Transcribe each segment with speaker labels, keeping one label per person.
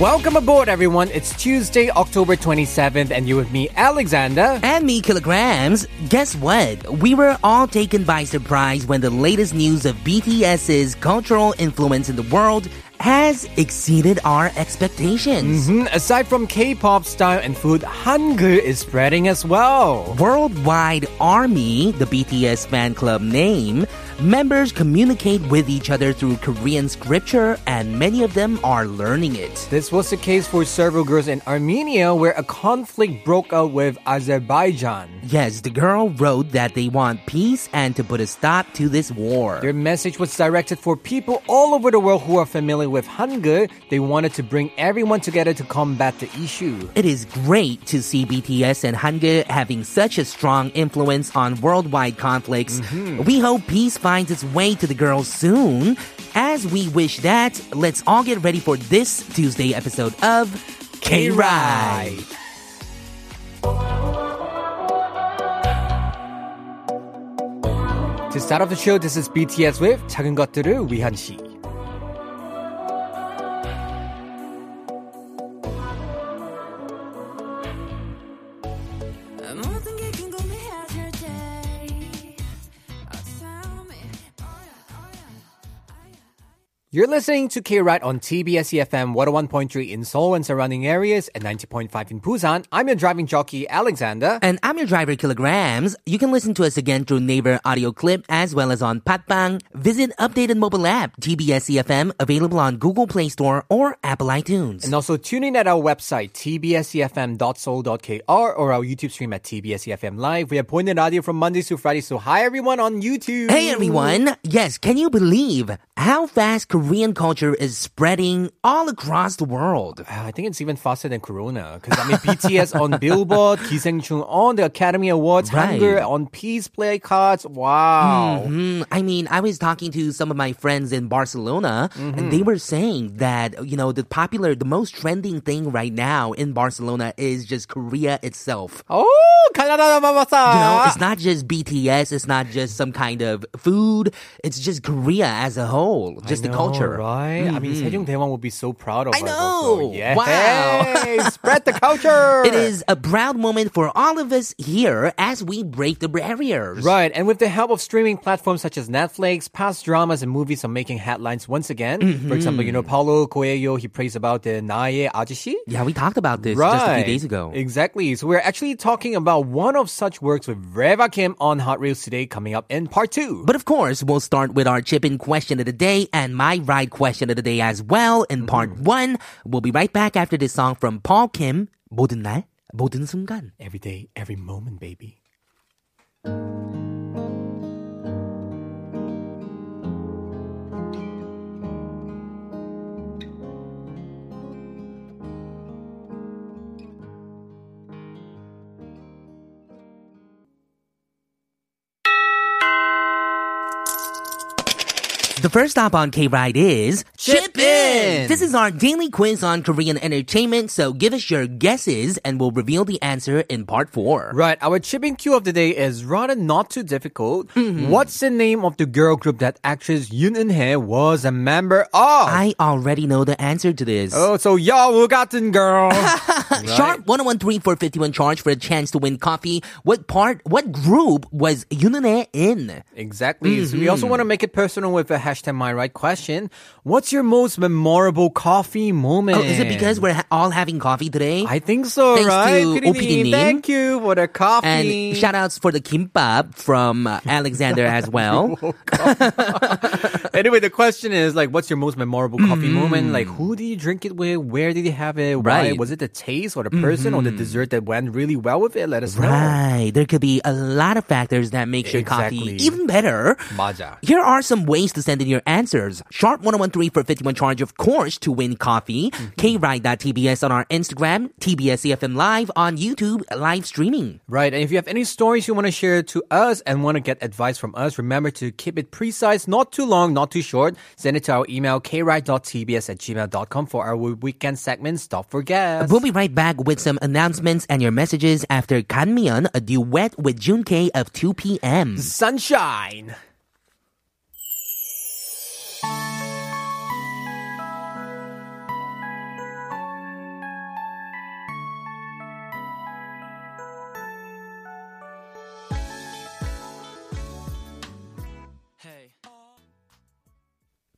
Speaker 1: Welcome aboard, everyone. It's Tuesday, October 27th, and you with me, Alexander.
Speaker 2: And me, Kilograms. Guess what? We were all taken by surprise when the latest news of BTS's cultural influence in the world has exceeded our expectations.
Speaker 1: Hmm, Aside from K pop style and food, Hangul is spreading as well.
Speaker 2: Worldwide Army, the BTS fan club name, members communicate with each other through Korean scripture, and many of them are learning it.
Speaker 1: This was the case for several girls in Armenia where a conflict broke out with Azerbaijan.
Speaker 2: Yes, the girl wrote that they want peace and to put a stop to this war.
Speaker 1: Their message was directed for people all over the world who are familiar with Hangul. They wanted to bring everyone together to combat the issue.
Speaker 2: It is great to see BTS and Hangul having such a strong influence on worldwide conflicts. We hope peace finds its way to the girls soon. As we wish that, let's all get ready for this Tuesday episode of K-Ride.
Speaker 1: To start off the show, this is BTS with 작은 것들을 위한 시.
Speaker 3: 모든 게 궁금해야 될 때. Oh, tell me. Oh, yeah, oh, yeah.
Speaker 1: You're listening to K-Ride on TBS EFM 101.3 in Seoul and surrounding areas and 90.5 in Busan. I'm your driving jockey, Alexander.
Speaker 2: And I'm your driver, Kilograms. You can listen to us again through Naver audio clip as well as on Patbang. Visit updated mobile app, TBS EFM, E available on Google Play Store or Apple iTunes.
Speaker 1: And also tune in at our website, E tbsefm.soul.kr or our YouTube stream at tbsefm E live. We have pointed audio from Mondays to Fridays. So hi everyone on YouTube.
Speaker 2: Hey everyone! Yes, can you believe how fast Korean culture is spreading all across the world?
Speaker 1: Uh, I think it's even faster than Corona because I mean BTS on Billboard, Giseengchung on the Academy Awards,
Speaker 2: Right.
Speaker 1: Hunger on Peace Play Cards. Wow.
Speaker 2: Mm, I mean, I was talking to some of my friends in Barcelona, and they were saying that, you know, the popular, the most trending thing right now in Barcelona is just Korea itself.
Speaker 1: Oh, Canada
Speaker 2: You know,
Speaker 1: Ah.
Speaker 2: it's not just BTS, it's not just some kind of food, it's just Korea as a whole, just the culture. Mm-hmm.
Speaker 1: right? I mean, Sejongdaewon would be so proud of
Speaker 2: I
Speaker 1: us. also.
Speaker 2: know.
Speaker 1: Yeah.
Speaker 2: Wow.
Speaker 1: spread the culture.
Speaker 2: It is a proud moment for all of us here as we break the barriers.
Speaker 1: Right, and with the help of streaming platforms such as Netflix, past dramas and movies are making headlines once again.
Speaker 2: Mm-hmm.
Speaker 1: For example, you know, Paulo Coelho, he prays about the Naye Ajishi.
Speaker 2: Yeah, we talked about this
Speaker 1: Right.
Speaker 2: just a few days ago.
Speaker 1: Exactly. So we're actually talking about one of such works with Reva Kim on Hot Reels today coming up in part two.
Speaker 2: But of course, we'll start with our chip in question of the day and my ride question of the day as well in
Speaker 1: Mm-hmm.
Speaker 2: part one. We'll be right back after this song from Paul Kim, 모든 날, 모든 순간.
Speaker 1: every day, every moment, baby.
Speaker 2: The first stop on K Ride is
Speaker 1: Chip In!
Speaker 2: This is our daily quiz on Korean entertainment, so give us your guesses and we'll reveal the answer in part four.
Speaker 1: Right, our chipping cue of the day is rather not too difficult.
Speaker 2: Mm-hmm.
Speaker 1: What's the name of the girl group that actress Yoon Eun Hye was a member of?
Speaker 2: I already know the answer to this.
Speaker 1: oh, so Yahoo Gotten Girl.
Speaker 2: Sharp 1013 for 51 charge for a chance to win coffee. What part, what group was Yunane in?
Speaker 1: Exactly. So
Speaker 2: Mm-hmm.
Speaker 1: we also want to make it personal with a hashtag my right question. What's your most memorable coffee moment?
Speaker 2: Oh, is it because we're ha- all having coffee today?
Speaker 1: Eh. I think so,
Speaker 2: Thanks
Speaker 1: right?
Speaker 2: to
Speaker 1: PD님,
Speaker 2: OPD님.
Speaker 1: Thank you for the coffee.
Speaker 2: and shout outs for the kimbap from uh, Alexander as well.
Speaker 1: anyway, the question is like, what's your most memorable coffee
Speaker 2: Mm.
Speaker 1: moment? Like, who did you drink it with? Where did you have it? Why?
Speaker 2: Right. Mm-hmm.
Speaker 1: Was it the taste or the person or the dessert that went really well with it? Let us know.
Speaker 2: Right. There could be a lot of factors that makes your coffee
Speaker 1: Exactly.
Speaker 2: even better.
Speaker 1: 맞아.
Speaker 2: Here are some ways to send send in your answers. Sharp1013 for 51 charge, of course, to win coffee.
Speaker 1: Mm-hmm.
Speaker 2: kride.tbs on our Instagram, TBS EFM Live on YouTube, live streaming.
Speaker 1: Right, and if you have any stories you want to share to us and want to get advice from us, remember to keep it precise, not too long, not too short. Send it to our email, kride.tbs at gmail.com for our weekend segment, Stop for Gas.
Speaker 2: We'll be right back with some announcements and your messages after Kanmion, a duet with Jun K of 2 p.m.
Speaker 1: Sunshine!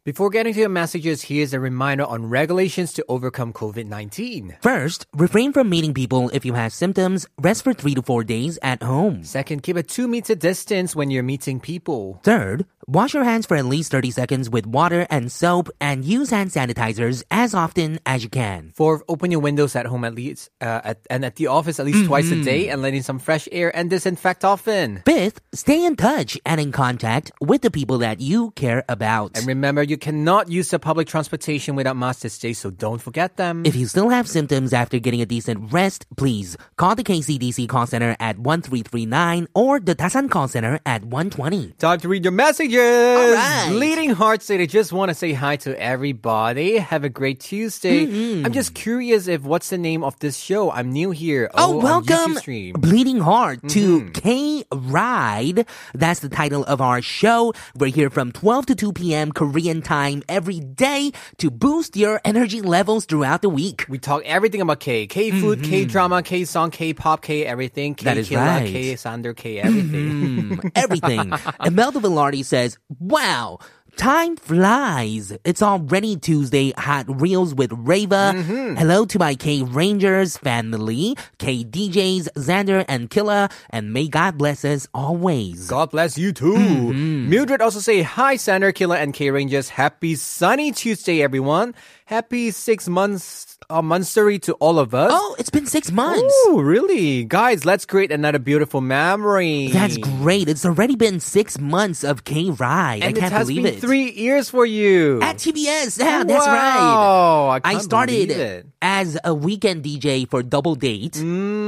Speaker 1: Before getting to your messages, here's a reminder on regulations to overcome COVID 19.
Speaker 2: First, refrain from meeting people if you have symptoms. Rest for three to four days at home.
Speaker 1: Second, keep a two meter distance when you're meeting people.
Speaker 2: Third, wash your hands for at least 30 seconds with water and soap and use hand sanitizers as often as you can.
Speaker 1: Fourth, open your windows at home at least uh, at, and at the office at least twice a day and let in some fresh air and disinfect often.
Speaker 2: Fifth, stay in touch and in contact with the people that you care about.
Speaker 1: And remember, you cannot use the public transportation without masks this day, so don't forget them.
Speaker 2: If you still have symptoms after getting a decent rest, please call the KCDC call center at 1339 or the Tasan call center at 120.
Speaker 1: Time to read your messages.
Speaker 2: right.
Speaker 1: Leading Heart said, I just want to say hi to everybody. Have a great Tuesday. I'm just curious if what's the name of this show? I'm new here.
Speaker 2: Oh,
Speaker 1: on
Speaker 2: welcome,
Speaker 1: YouTube stream.
Speaker 2: Bleeding Heart, to K Ride. That's the title of our show. We're here from 12 to 2 p.m. Korean time every day to boost your energy levels throughout the week.
Speaker 1: We talk everything about K. K food, K drama, K song, K pop, K everything. K
Speaker 2: That is
Speaker 1: Killa,
Speaker 2: right.
Speaker 1: K Sander, K everything.
Speaker 2: Everything. Imelda Velarde says, Wow. Time flies. It's already Tuesday. Hot Reels with Rava.
Speaker 1: Mm-hmm.
Speaker 2: Hello to my K Rangers family, K DJs, Xander and Killa, and may God bless us always.
Speaker 1: God bless you too.
Speaker 2: Mm-hmm.
Speaker 1: Mildred also say hi, Sander, Killer, and K Rangers. Happy sunny Tuesday, everyone. Happy six months uh, monthsary to all of us.
Speaker 2: Oh, it's been six months.
Speaker 1: Ooh, really, guys? Let's create another beautiful memory.
Speaker 2: That's great. It's already been six months of K Ride. I
Speaker 1: And it
Speaker 2: can't
Speaker 1: has
Speaker 2: believe
Speaker 1: been
Speaker 2: it.
Speaker 1: three years for you.
Speaker 2: at TBS. Yeah, that's right.
Speaker 1: Wow, I,
Speaker 2: I
Speaker 1: can't
Speaker 2: started
Speaker 1: believe it.
Speaker 2: as a weekend DJ for Double Date. You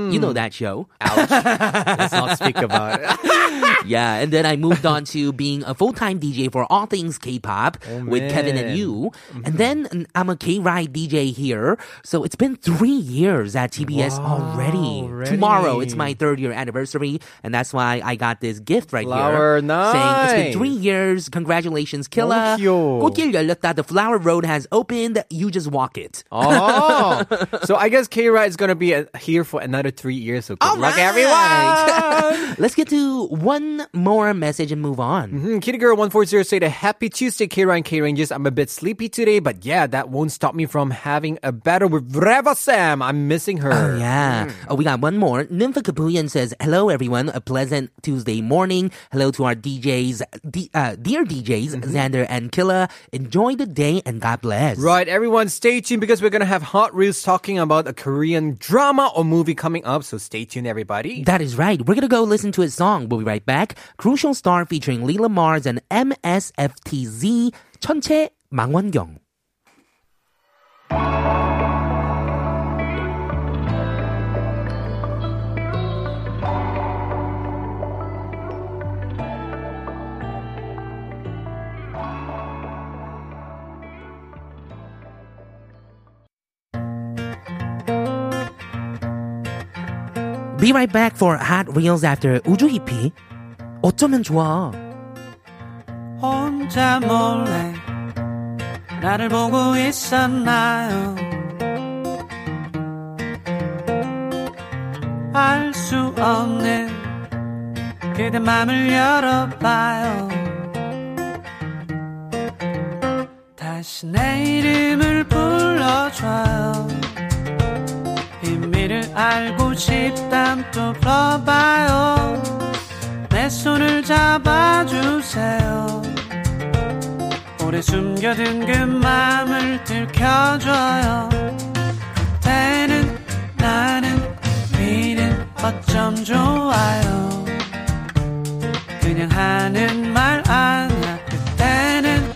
Speaker 1: Mm.
Speaker 2: know that show.
Speaker 1: Let's not speak about it.
Speaker 2: yeah, and then I moved on to being a full time DJ for all things K pop with Kevin and
Speaker 1: Oh, man. Mm-hmm.
Speaker 2: you. And then I'm a K Ride DJ here. So it's been three years at TBS already.
Speaker 1: already.
Speaker 2: Tomorrow, it's my third year anniversary. And that's why I got this gift right
Speaker 1: Flower,
Speaker 2: here. Saying it's been
Speaker 1: nice.
Speaker 2: three years. Congratulations, Killa.
Speaker 1: 귀여워.
Speaker 2: 꽃길 열렸다. The flower road has opened. You just walk it.
Speaker 1: Oh, so I guess K Ride is gonna be uh, here for another three years. So good
Speaker 2: All
Speaker 1: luck,
Speaker 2: right.
Speaker 1: everyone.
Speaker 2: Let's get to one more message and move on.
Speaker 1: Hmm, Kitty Girl One Four Zero said, "A happy Tuesday, K Ride and K Rangers. I'm a bit sleepy today, but yeah, that won't stop me from having a battle with Reva Sam. I'm missing her.
Speaker 2: Oh, yeah. Oh, we got one more. Nympha Kapuyan says, Hello, everyone. A pleasant Tuesday morning. Hello to our DJs, D- uh, dear DJs, Xander and Killa. Enjoy the day and God bless.
Speaker 1: Right, everyone, stay tuned because we're gonna have hot reels talking about a Korean drama or movie coming up. So stay tuned, everybody.
Speaker 2: That is right. We're going to go listen to a song. We'll be right back. Crucial Star featuring Lila Mars and MSFTZ. 천체 망원경. Be right back for Hot Reels after 우주 히피. 어쩌면 좋아.
Speaker 4: 혼자 몰래 나를 보고 있었나요? 알 수 없는 그대 맘을 열어봐요. 다시 내 이름을 불러줘요. 의미를 알고 싶담 또 불러봐요. 내 손을 잡아주세요. 오래 숨겨둔 그 마음을 들켜줘요. 그때는 나는 미는 어쩜 좋아요. 그냥 하는 말 아니야. 그때는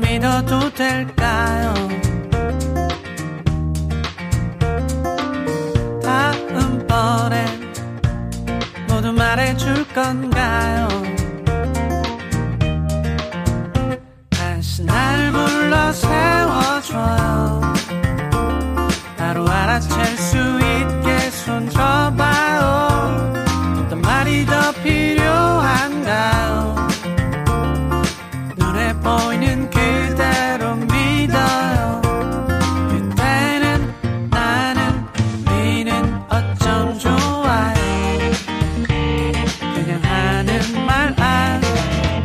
Speaker 4: 믿어도 될까요? 다음번엔 모두 말해줄 건가요? 다시 날 불러 세워줘요. 나로 알아챌 수 있게 손잡아요. 어떤 말이 더 필요한가요? 눈에 보이는 그대로 믿어요 그대는 나는 니는 어쩜 좋아요 그냥 하는 말안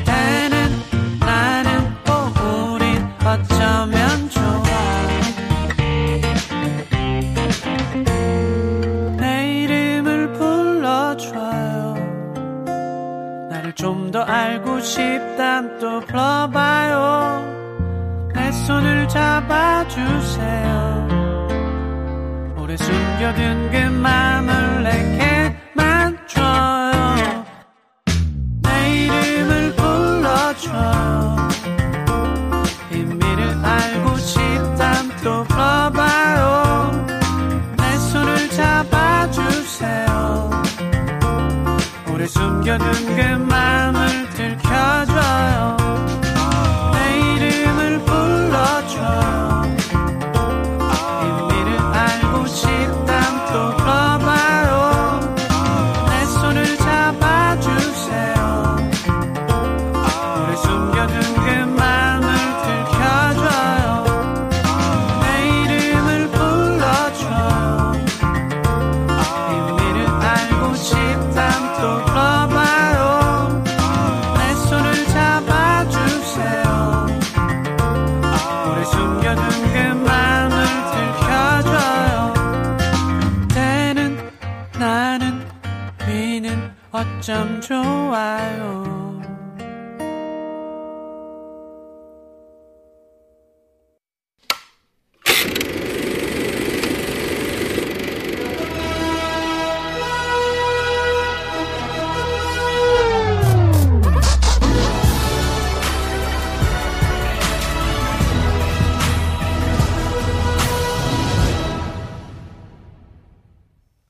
Speaker 4: 되는 나는 오 우린 어쩌면 좋아 내 이름을 불러줘요 나를 좀 더 알고 싶단 또 불러봐요 내 손을 잡아주세요 오래 숨겨둔 그 맘을 내게만 줘요 내 이름을 불러줘요 의미를 알고 싶단 또 불러봐요 내 손을 잡아주세요 오래 숨겨둔 그 마음을 들켜줘요 내 이름을 불러줘요 의미를 알고 싶단 또 불러봐요 내 손을 잡아주세요 오래 숨겨둔 그 마음을 들켜줘요 내 이름을 불러줘요 의미를 알고 싶단 또 불러봐요 내 손을 잡아주세요 오래 숨겨둔 그 맘을 들켜줘요 때는 나는 위는 어쩜 좋아요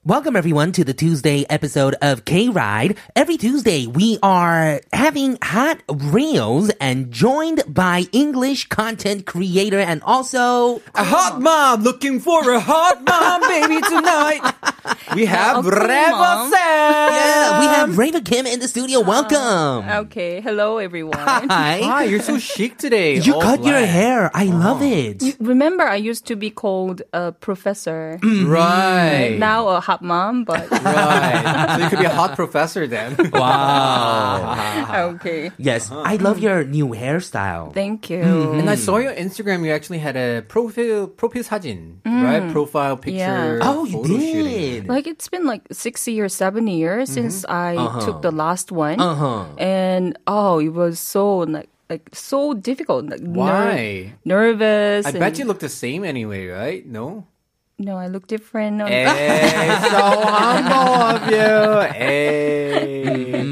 Speaker 2: Welcome everyone to the Tuesday episode of K Ride. Every Tuesday we are having hot reels and joined by English content creator and also
Speaker 1: A hot mom looking for a hot mom baby tonight. We have
Speaker 5: a cool
Speaker 1: Reva
Speaker 2: yeah,
Speaker 5: mom.
Speaker 1: Sam.
Speaker 2: uh, we have Raven Kim in the studio. Welcome.
Speaker 5: Um, oh, Okay, hello everyone.
Speaker 2: Hi.
Speaker 1: Hi, you're so chic today.
Speaker 2: You
Speaker 1: All
Speaker 2: cut your
Speaker 1: black. Oh.
Speaker 2: hair. I love it.
Speaker 5: Remember, I used to be called a professor.
Speaker 1: Right.
Speaker 5: Now a hot mom, but
Speaker 1: Right. so you could be a hot professor then.
Speaker 2: wow.
Speaker 5: okay.
Speaker 2: yes, I love your new hairstyle.
Speaker 5: Uh-huh. Thank you.
Speaker 1: Mm-hmm. And I saw your Instagram. You actually had a profile profile 사진, right? Profile picture.
Speaker 5: Hmm. Yeah.
Speaker 2: oh, you
Speaker 1: photo shooting.
Speaker 2: did.
Speaker 5: Like it's been like 60 or 70 years
Speaker 1: Mm-hmm.
Speaker 5: since I
Speaker 1: Uh-huh.
Speaker 5: took the last one.
Speaker 2: Uh-huh.
Speaker 5: And oh, it was so like, like so difficult. Like, ner-
Speaker 1: Why?
Speaker 5: nervous.
Speaker 1: I
Speaker 5: and-
Speaker 1: bet you look the same anyway, right? No.
Speaker 5: No, I look different. on-
Speaker 1: Hey, so humble of you. Eh. Hey.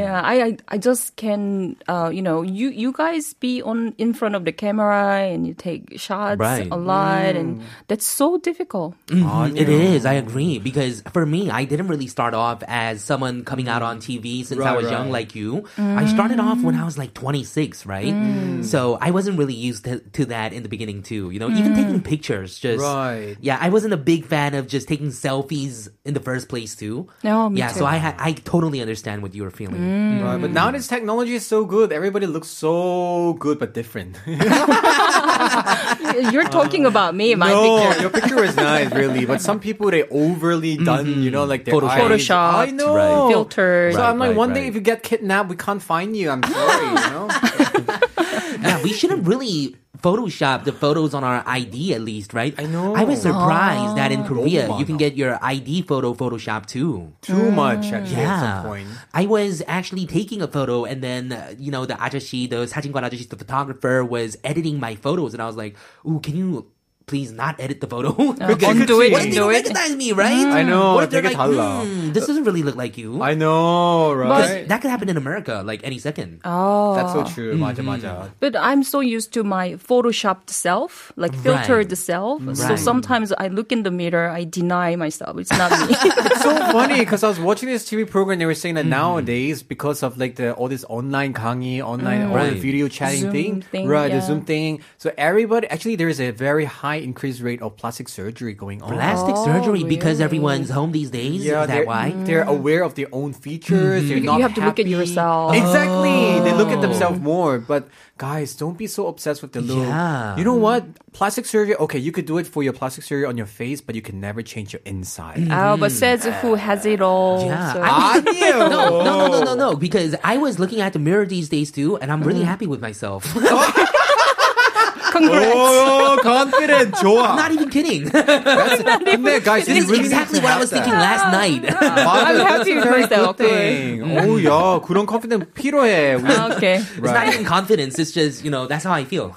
Speaker 5: Yeah, I, I I just can uh you know you you guys be on in front of the camera and you take shots
Speaker 2: Right.
Speaker 5: a lot and that's so difficult.
Speaker 2: Mhm, It is. I agree because for me, I didn't really start off as someone coming out on TV since I
Speaker 1: Right,
Speaker 2: was young,
Speaker 1: right.
Speaker 2: like you. I started off when I was like 26, right?
Speaker 1: Mm.
Speaker 2: So I wasn't really used to, to that in the beginning too. You know, even taking pictures,
Speaker 1: Mm.
Speaker 2: just
Speaker 1: Right.
Speaker 2: Yeah, I wasn't a big fan of just taking selfies in the first place too.
Speaker 5: No, me
Speaker 2: yeah. So
Speaker 5: too.
Speaker 2: I ha- I totally understand what you were feeling.
Speaker 1: Right,
Speaker 5: Hmm.
Speaker 1: but nowadays technology is so good. Everybody looks so good but different.
Speaker 5: You're talking about me, my
Speaker 1: no,
Speaker 5: picture.
Speaker 1: Oh, your picture is nice, really. But some people they overly done, you know, like their
Speaker 2: Photoshop.
Speaker 1: eyes.
Speaker 5: Mm-hmm. Photoshopped,
Speaker 1: I know.
Speaker 2: Right.
Speaker 5: Filtered.
Speaker 1: So I'm like,
Speaker 2: Right,
Speaker 1: one day
Speaker 2: right.
Speaker 1: if you get kidnapped, we can't find you. I'm sorry, you know.
Speaker 2: yeah, we shouldn't really Photoshop the photos on our ID at least, right?
Speaker 1: I know.
Speaker 2: I was surprised that in Korea
Speaker 1: Oh,
Speaker 2: you can get your ID photo Photoshop too.
Speaker 1: Too much actually at some
Speaker 2: Yeah,
Speaker 1: point.
Speaker 2: I was actually taking a photo, and then uh, you know the ajashi, the 사진관 ajashi, the photographer was editing my photos, and I was like, "Ooh, can you?" please not edit the photo.
Speaker 1: Oh,
Speaker 2: Because-
Speaker 5: undo it,
Speaker 2: What if they don't
Speaker 5: undo it.
Speaker 2: recognize me, right?
Speaker 1: Mm. I know,
Speaker 2: What if they're
Speaker 1: 되게
Speaker 2: like,
Speaker 1: 달라.
Speaker 2: "Hmm, this doesn't really look like you?
Speaker 1: I know, right?
Speaker 2: 'Cause that could happen in America, like any second.
Speaker 5: Oh.
Speaker 1: That's so true.
Speaker 2: Mm-hmm.
Speaker 1: 맞아, 맞아.
Speaker 5: But I'm so used to my photoshopped self, like filtered self. So
Speaker 2: Right.
Speaker 5: sometimes I look in the mirror, I deny myself. It's not me.
Speaker 1: It's so funny because I was watching this TV program. They were saying that
Speaker 2: Mm-hmm.
Speaker 1: nowadays, because of like the all this online 강의, online all the
Speaker 2: Mm-hmm. Right.
Speaker 1: video chatting
Speaker 5: Zoom
Speaker 1: thing,
Speaker 5: thing,
Speaker 1: right? The
Speaker 5: yeah.
Speaker 1: Zoom thing. So everybody actually there is a very high increased rate of plastic surgery going on.
Speaker 2: Plastic surgery because everyone's home these days.
Speaker 1: Yeah,
Speaker 2: is
Speaker 1: they're, Mm.
Speaker 2: that why? Mm-hmm.
Speaker 1: they're aware of their own features. They're not
Speaker 5: You have to look at
Speaker 1: happy.
Speaker 5: yourself.
Speaker 1: Exactly, they look
Speaker 2: Oh.
Speaker 1: at themselves more. But guys, don't be so obsessed with the look.
Speaker 2: Yeah.
Speaker 1: You know what? Plastic surgery. Okay, you could do it for your plastic surgery on your face, but you can never change your inside.
Speaker 2: Mm.
Speaker 5: oh, but says who has it all.
Speaker 2: Yeah.
Speaker 5: So.
Speaker 2: I-
Speaker 1: Adios.
Speaker 2: No, no, no, no,
Speaker 1: Oh.
Speaker 2: no. Because I was looking at the mirror these days too, and I'm
Speaker 1: Mm.
Speaker 2: really happy with myself.
Speaker 1: Ah.
Speaker 5: Congrats.
Speaker 1: Oh, confident, 좋아.
Speaker 2: I'm not even kidding.
Speaker 1: 근데 guys,
Speaker 2: this is exactly what I was thinking
Speaker 1: Ah.
Speaker 2: last night.
Speaker 1: I'm
Speaker 5: happy with myself.
Speaker 1: Oh yeah, 그런 confident 필요해. We-
Speaker 2: Uh,
Speaker 5: okay.
Speaker 2: It's not
Speaker 1: Right.
Speaker 2: even confidence. It's just you know that's how I feel.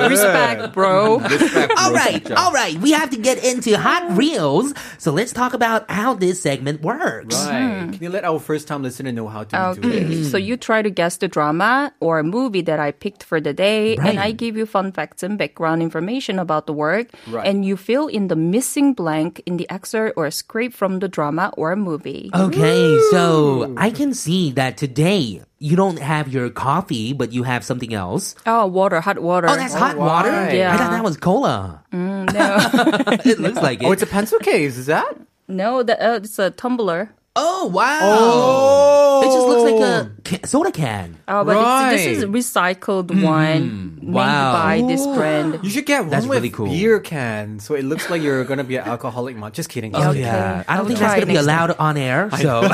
Speaker 5: Respect, bro.
Speaker 1: Mm, Respect, bro.
Speaker 2: all right,
Speaker 1: 진짜.
Speaker 2: all right. We have to get into hot reels. So let's talk about how this segment works.
Speaker 1: Right. Can you let our first time listener know how to do this?
Speaker 5: Okay. So you try to guess the drama or movie that I picked for the day, and I
Speaker 2: Right.
Speaker 5: give you fun facts and background information about the work,
Speaker 1: Right.
Speaker 5: and you fill in the missing blank in the excerpt or script from the drama or movie.
Speaker 2: Okay, so I can see that today you don't have your coffee, but you have something else.
Speaker 5: Oh, water, hot water.
Speaker 2: Oh, that's hot water.
Speaker 1: right.
Speaker 2: I
Speaker 5: Yeah.
Speaker 2: thought that was cola. it looks like it.
Speaker 1: Oh, it's a pencil case. Is that?
Speaker 5: No, the, uh, it's a tumbler.
Speaker 2: Oh, wow.
Speaker 1: Oh,
Speaker 2: It just looks like a ca- soda can.
Speaker 5: Oh, but it's, this is
Speaker 1: Right.
Speaker 5: recycled one made
Speaker 2: Wow.
Speaker 5: by this brand.
Speaker 1: You should get one
Speaker 2: That's
Speaker 1: with
Speaker 2: really cool.
Speaker 1: beer can, so it looks like you're gonna be an alcoholic mom. Just kidding.
Speaker 2: Oh
Speaker 1: Just kidding.
Speaker 2: yeah, I
Speaker 5: I
Speaker 2: don't
Speaker 5: will
Speaker 2: think that's
Speaker 5: try
Speaker 2: gonna be
Speaker 5: next
Speaker 2: allowed on air. So,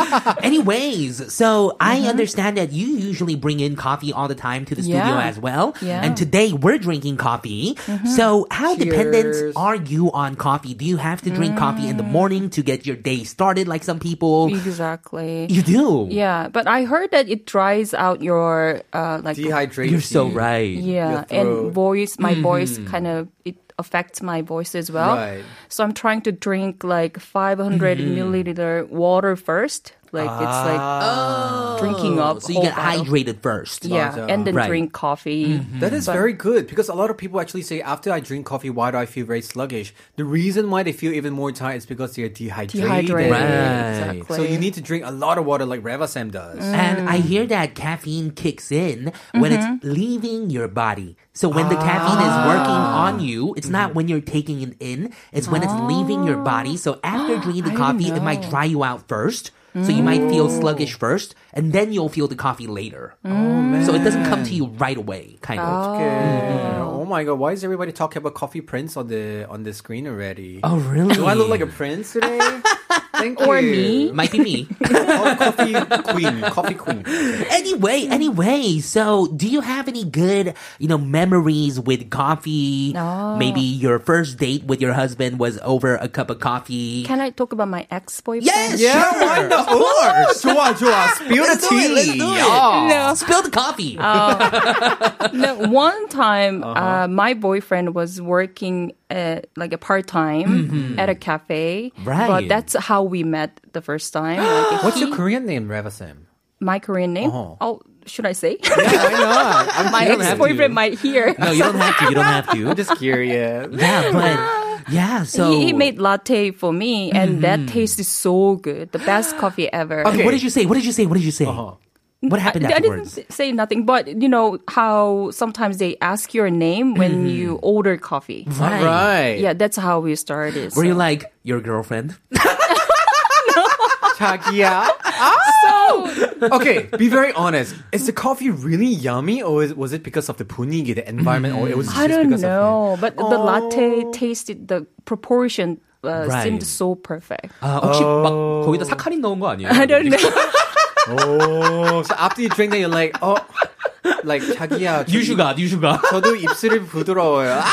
Speaker 2: anyways, so I understand that you usually bring in coffee all the time to the studio
Speaker 5: Yeah.
Speaker 2: as well,
Speaker 5: Yeah.
Speaker 2: and today we're drinking coffee. So, how
Speaker 1: Cheers.
Speaker 2: dependent are you on coffee? Do you have to drink coffee in the morning to get your day started, like some people?
Speaker 5: Exactly.
Speaker 2: You do.
Speaker 5: Yeah, but I heard that it dries out your uh, like
Speaker 1: Dehydrate.
Speaker 2: You're so
Speaker 1: you.
Speaker 2: right.
Speaker 5: yeah,
Speaker 1: throat.
Speaker 5: and voice. My
Speaker 2: Mm-hmm.
Speaker 5: voice kind of it affects my voice as well.
Speaker 1: Right.
Speaker 5: So I'm trying to drink like 500
Speaker 2: Mm-hmm.
Speaker 5: milliliter water first. Like it's like drinking up.
Speaker 2: Oh. So you
Speaker 5: whole
Speaker 2: get
Speaker 5: bottle.
Speaker 2: hydrated first.
Speaker 5: Yeah, and then
Speaker 2: Right. Mm-hmm.
Speaker 5: drink coffee.
Speaker 1: That is very good because a lot of people actually say after I drink coffee, why do I feel very sluggish? The reason why they feel even more tired is because they are dehydrated.
Speaker 5: Dehydrated.
Speaker 2: Right.
Speaker 5: Exactly.
Speaker 1: So you need to drink a lot of water, like Reva Sam does.
Speaker 2: And I hear that caffeine kicks in when it's leaving your body. So when the caffeine is working on you, it's not when you're taking it in, it's when it's leaving your body. So after drinking the coffee, it might dry you out first. So you might feel sluggish first, and then you'll feel the coffee later. So it doesn't come to you right away, kind of.
Speaker 1: Okay. Mm.
Speaker 2: Mm-hmm.
Speaker 1: Oh my god! Why is everybody talking about coffee prince on the on the screen already?
Speaker 2: Oh, really?
Speaker 1: Do I look like a prince today? Thank you.
Speaker 5: Or me.
Speaker 2: Might be me.
Speaker 1: Oh, coffee queen. Coffee queen.
Speaker 2: anyway, anyway, so do you have any good, you know, memories with coffee? Maybe your first date with your husband was over a cup of coffee.
Speaker 5: Can I talk about my ex boyfriend?
Speaker 2: yes,
Speaker 1: Yeah,
Speaker 2: sure.
Speaker 1: why not? Or Joa, Joa, spill the
Speaker 2: Let's do
Speaker 1: tea.
Speaker 2: it, let's do it.
Speaker 1: Yeah.
Speaker 2: Spill the coffee.
Speaker 5: Oh. no, one time
Speaker 2: Uh-huh.
Speaker 5: uh, my boyfriend was working at, like a part time at a cafe.
Speaker 2: Mm-hmm. Right.
Speaker 5: But that's how we met the first time. Like,
Speaker 1: What's
Speaker 5: he-
Speaker 1: your Korean name, Reva Sam?
Speaker 5: my Korean name?
Speaker 1: Uh-huh.
Speaker 5: Oh, should I say?
Speaker 1: Why not? I'm
Speaker 5: my
Speaker 1: curious.
Speaker 5: ex boyfriend might hear.
Speaker 2: no, you don't have to. You don't have to.
Speaker 1: I'm just curious.
Speaker 2: yeah, but yeah. So
Speaker 5: he, he made latte for me, and that taste is so good. The best coffee ever.
Speaker 2: Mm-hmm. What did you say? What did you say? What did you say? What happened
Speaker 5: I, I didn't
Speaker 2: afterwards?
Speaker 5: s- say nothing, but you know how sometimes they ask your name when you order coffee.
Speaker 2: Mm-hmm. Right.
Speaker 1: Right.
Speaker 5: Yeah, that's how we started.
Speaker 2: Were you
Speaker 5: so.
Speaker 2: like your girlfriend?
Speaker 1: 자기야.
Speaker 2: "Oh,
Speaker 1: okay, be very honest. Is the coffee really yummy, or is, was it because of the punigi, the environment, or it was just
Speaker 5: I don't
Speaker 1: because of him?
Speaker 5: know, but the latte tasted the proportion uh,
Speaker 2: Oh. Right.
Speaker 5: seemed so perfect.
Speaker 2: 아, 혹시 막 거기다 사카린 넣은 거 아니에요?
Speaker 5: I don't know.
Speaker 1: Oh, so after you drink that, you're like, oh, like 자기야. 저-
Speaker 2: 유슈가, 유슈가.
Speaker 1: 저도 입술이 부드러워요. 아!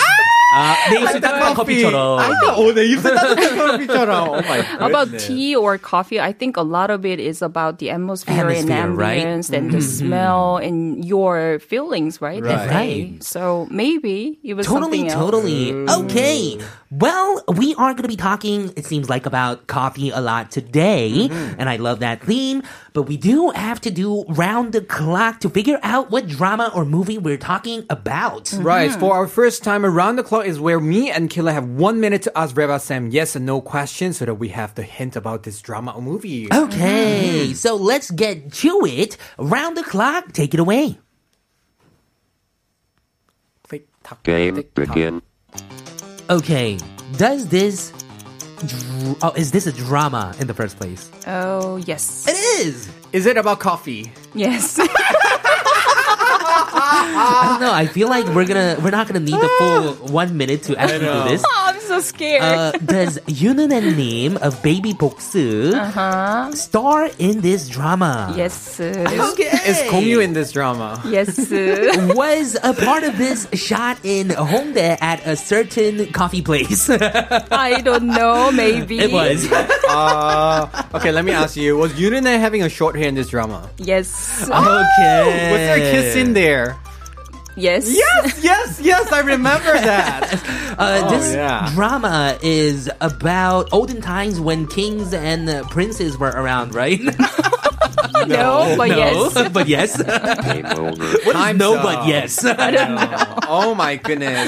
Speaker 6: 아, 내 입술 따뜻한 커피처럼.
Speaker 1: 아, 오, 내 입술 따뜻한 커피처럼. Oh my
Speaker 5: about
Speaker 1: goodness.
Speaker 5: tea or coffee, I think a lot of it is about the atmosphere,
Speaker 2: Atmosphere,
Speaker 5: and
Speaker 2: right? Mm-hmm.
Speaker 5: ambience and the smell and your feelings, right? that
Speaker 2: Right.
Speaker 5: day. So maybe it was
Speaker 2: Totally,
Speaker 5: something else.
Speaker 2: totally. Okay. Well, we are going to be talking, it seems like, about coffee a lot today. And I love that theme. But we do have to do round the clock to figure out what drama or movie we're talking about.
Speaker 1: Right. For our first time around the clock is where me and Killa have one minute to ask Reba Sam yes and no questions so that we have the hint about this drama or movie.
Speaker 2: Oh. Okay. So let's get to it. Round the clock. Take it away.
Speaker 1: Click, tock,
Speaker 7: Game
Speaker 1: tick, tock.
Speaker 7: begin.
Speaker 2: Okay. Does this. Dr- oh, is this a drama in the first place?
Speaker 5: Oh yes,
Speaker 2: It is.
Speaker 1: Is it about coffee?
Speaker 5: yes.
Speaker 2: I don't know. I feel like we're gonna we're not gonna need the full one minute to actually do this.
Speaker 5: I'm so scared.
Speaker 2: Uh, does Yoonun and Nim of Baby Boksu star in this drama?
Speaker 5: Uh-huh. yes,
Speaker 2: Okay.
Speaker 1: Is Kongyu in this drama?
Speaker 5: yes.
Speaker 2: was a part of this shot in Hongdae at a certain coffee place.
Speaker 5: I don't know. Maybe
Speaker 2: it was.
Speaker 1: Okay, let me ask you. Was Yunina having a short hair in this drama?
Speaker 5: Yes,
Speaker 2: Oh, Okay.
Speaker 1: Was there a kiss in there?
Speaker 5: yes.
Speaker 1: Yes, yes, yes, I remember that.
Speaker 2: Uh, this
Speaker 1: yeah.
Speaker 2: drama is about olden times when kings and uh, princes were around, right?
Speaker 5: No, but yes.
Speaker 2: but yes.
Speaker 7: Game over.
Speaker 1: I'm
Speaker 2: no,
Speaker 1: so-
Speaker 2: but yes. I'm
Speaker 1: Oh my goodness.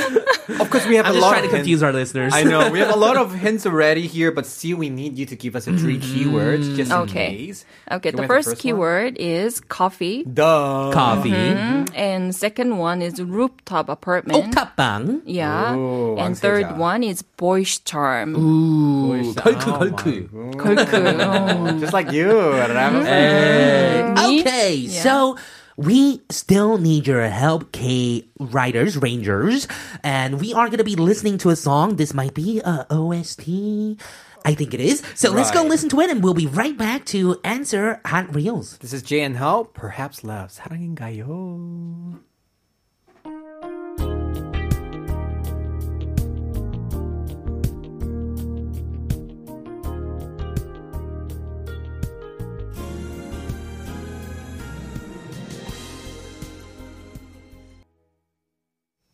Speaker 1: Of course, we have a
Speaker 2: just
Speaker 1: lot
Speaker 2: trying to
Speaker 1: of
Speaker 2: confuse
Speaker 1: hints.
Speaker 2: our listeners.
Speaker 1: I know we have a lot of hints already here, but still we need you to give us the three keywords just in
Speaker 5: Okay.
Speaker 1: case.
Speaker 5: Okay,
Speaker 1: Do
Speaker 5: the
Speaker 1: we have
Speaker 5: first,
Speaker 1: one?
Speaker 5: keyword is coffee,
Speaker 1: Duh.
Speaker 2: Coffee.
Speaker 5: Mm-hmm.
Speaker 2: Mm-hmm.
Speaker 5: and second one is rooftop apartment.
Speaker 2: 옥탑방.
Speaker 5: Yeah,
Speaker 1: Ooh,
Speaker 5: and
Speaker 1: 왕세자.
Speaker 5: third one is boyish charm.
Speaker 1: Ooh, Just like you. Ram.
Speaker 2: Okay, so we still need your help, K writers, rangers, and we are going to be listening to a song. This might be uh, a OST. I think it is. So let's go
Speaker 1: Right.
Speaker 2: listen to it, and we'll be right back to answer hot reels.
Speaker 1: This is Jay and How. Perhaps love. 사랑인가요?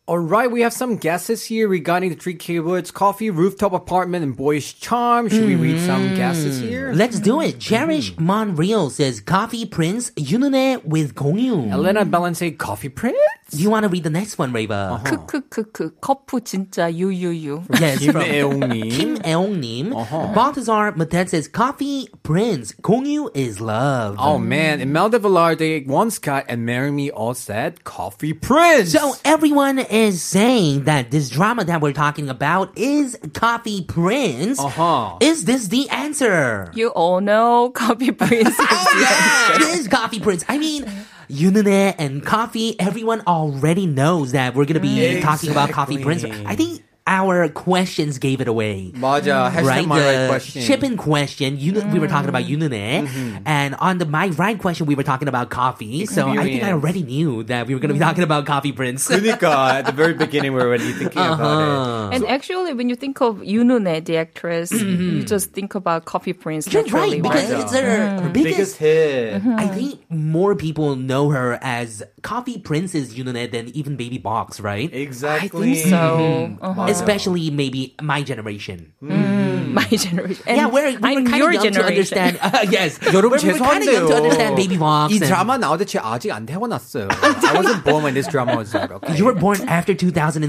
Speaker 1: All right, we have some guesses here regarding the three keywords: coffee, rooftop apartment, and boyish charm. Should we read some guesses here?
Speaker 2: Let's do it. Cherish Monreal says Coffee Prince Yunune with Gongyu.
Speaker 1: Elena Balance, coffee prince.
Speaker 2: Do you want to read the next one, Reba?
Speaker 5: Uh-huh. 크크크크 커프 진짜 유유유.
Speaker 2: Yes, from
Speaker 1: 김혜영님.
Speaker 2: Kim Eong-nim. Balthazar Matet says Coffee Prince Gongyu is love.
Speaker 1: Oh man, Imelda Velarde, One Scott, and Marry Me all said Coffee Prince.
Speaker 2: So everyone is saying that this drama that we're talking about is Coffee Prince.
Speaker 1: Uh-huh.
Speaker 2: Is this the answer?
Speaker 5: You all know Coffee Prince.
Speaker 2: Yeah, it is Coffee Prince. I mean, Yunune and Coffee, everyone already knows that we're going to be talking about Coffee Prince.
Speaker 1: Exactly.
Speaker 2: I think our questions gave it away.
Speaker 1: 맞아.
Speaker 2: Right,
Speaker 1: my
Speaker 2: the
Speaker 1: right question. Mm-hmm.
Speaker 2: shipping question. You, we were talking about Yunune, and on the my right question, we were talking about coffee. So I think I
Speaker 1: Experience.
Speaker 2: already knew that we were going to be talking about Coffee Prince.
Speaker 1: 그러니까 at the Uh-huh. very beginning we were already thinking about it.
Speaker 5: and actually, when you think of Yunune, the actress, you just think about Coffee Prince.
Speaker 2: Mm-hmm. You're
Speaker 5: naturally,
Speaker 2: right because
Speaker 1: right?
Speaker 2: it's her
Speaker 5: Mm.
Speaker 1: Biggest Mm-hmm.
Speaker 2: biggest.
Speaker 1: hit.
Speaker 2: I think more people know her as Coffee Princess Yunone than even Baby Box, right?
Speaker 1: Exactly. Mm-hmm.
Speaker 5: So uh-huh.
Speaker 2: Especially maybe my generation.
Speaker 5: my generation. And
Speaker 2: yeah, we're, we were
Speaker 5: Mm. I'm
Speaker 2: kind of
Speaker 5: your
Speaker 2: young to
Speaker 5: generation.
Speaker 2: understand. uh, yes,
Speaker 1: 여러분
Speaker 2: we're, we kind of young
Speaker 1: 죄송한데요.
Speaker 2: to understand Baby Box.
Speaker 1: 이
Speaker 2: and-
Speaker 1: 드라마 나오는데 제 아직 안 태어났어요. I wasn't born when this drama was out. Okay.
Speaker 2: You were born after 2007.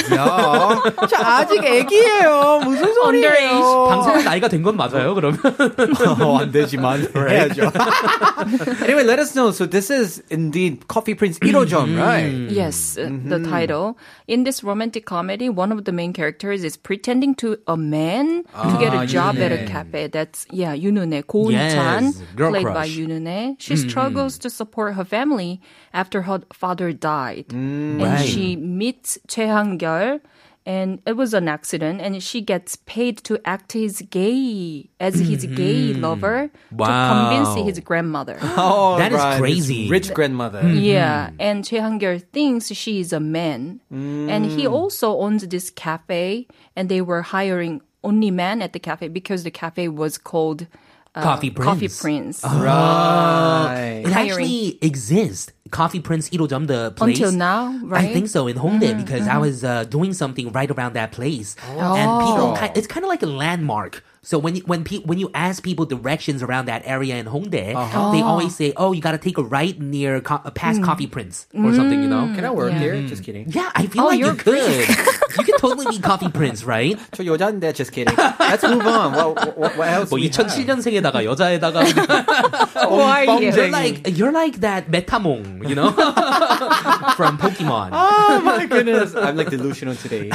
Speaker 1: no. 저 아직 애기예요. 무슨
Speaker 5: Underage.
Speaker 2: 방송에 나이가 된 건 맞아요, 그러면? Oh,
Speaker 1: 어, 안 되지만 해야죠. anyway, let us know. So this is indeed Coffee Prince
Speaker 2: Mm-hmm.
Speaker 1: 1호점, right?
Speaker 5: Yes, uh, the title. In this romantic comedy, one of the main characters is pretending to a man to get
Speaker 1: Ah,
Speaker 5: a job at a
Speaker 1: Yoonune.
Speaker 5: cafe. That's yeah, Yunune Goon Chan,
Speaker 2: Yes, girl
Speaker 5: played by
Speaker 2: crush. Mm-hmm.
Speaker 5: Yunune. She struggles to support her family after her father died, and
Speaker 2: Mm, Right.
Speaker 5: she meets Choi Han Girl. and it was an accident and she gets paid to act his gay as his gay lover to
Speaker 2: Mm-hmm. Wow.
Speaker 5: convince his grandmother.
Speaker 2: That is crazy.
Speaker 1: Rich grandmother.
Speaker 5: Yeah, and Choi Hangyul thinks she is a man, and he also owns this cafe, and they were hiring only men at the cafe because the cafe was called uh,
Speaker 2: Coffee
Speaker 5: Coffee
Speaker 2: Prince.
Speaker 5: Prince.
Speaker 1: Uh-huh. Right.
Speaker 2: It
Speaker 5: hiring.
Speaker 2: actually exists. Coffee Prince Irodom, the place.
Speaker 5: Until
Speaker 2: I
Speaker 5: now, right? Mm-hmm,
Speaker 2: think so in Hongdae because I was uh, doing something right around that place,
Speaker 5: Oh.
Speaker 2: and people. ki- It's kind of like a landmark. So when you, when pe- when you ask people directions around that area in Hongdae,
Speaker 5: Uh-huh.
Speaker 2: they always say, "Oh, you got to take a right near co- uh, past
Speaker 5: Mm.
Speaker 2: Coffee Prince or something," you
Speaker 5: Mm-hmm.
Speaker 2: know.
Speaker 1: Can I work
Speaker 2: Mm-hmm.
Speaker 1: here? Just kidding.
Speaker 2: Yeah, I feel
Speaker 5: Oh,
Speaker 2: like you
Speaker 5: you're
Speaker 2: could. you could totally be Coffee Prince, right?
Speaker 1: 저 여자인데, just kidding. Let's move on. What, what, what else?
Speaker 2: 뭐
Speaker 1: we have?
Speaker 2: 2007년생에다가 여자에다가
Speaker 5: Why?
Speaker 2: you're like you're like that Metamong, you know, from Pokemon.
Speaker 1: Oh my goodness. I'm like delusional today.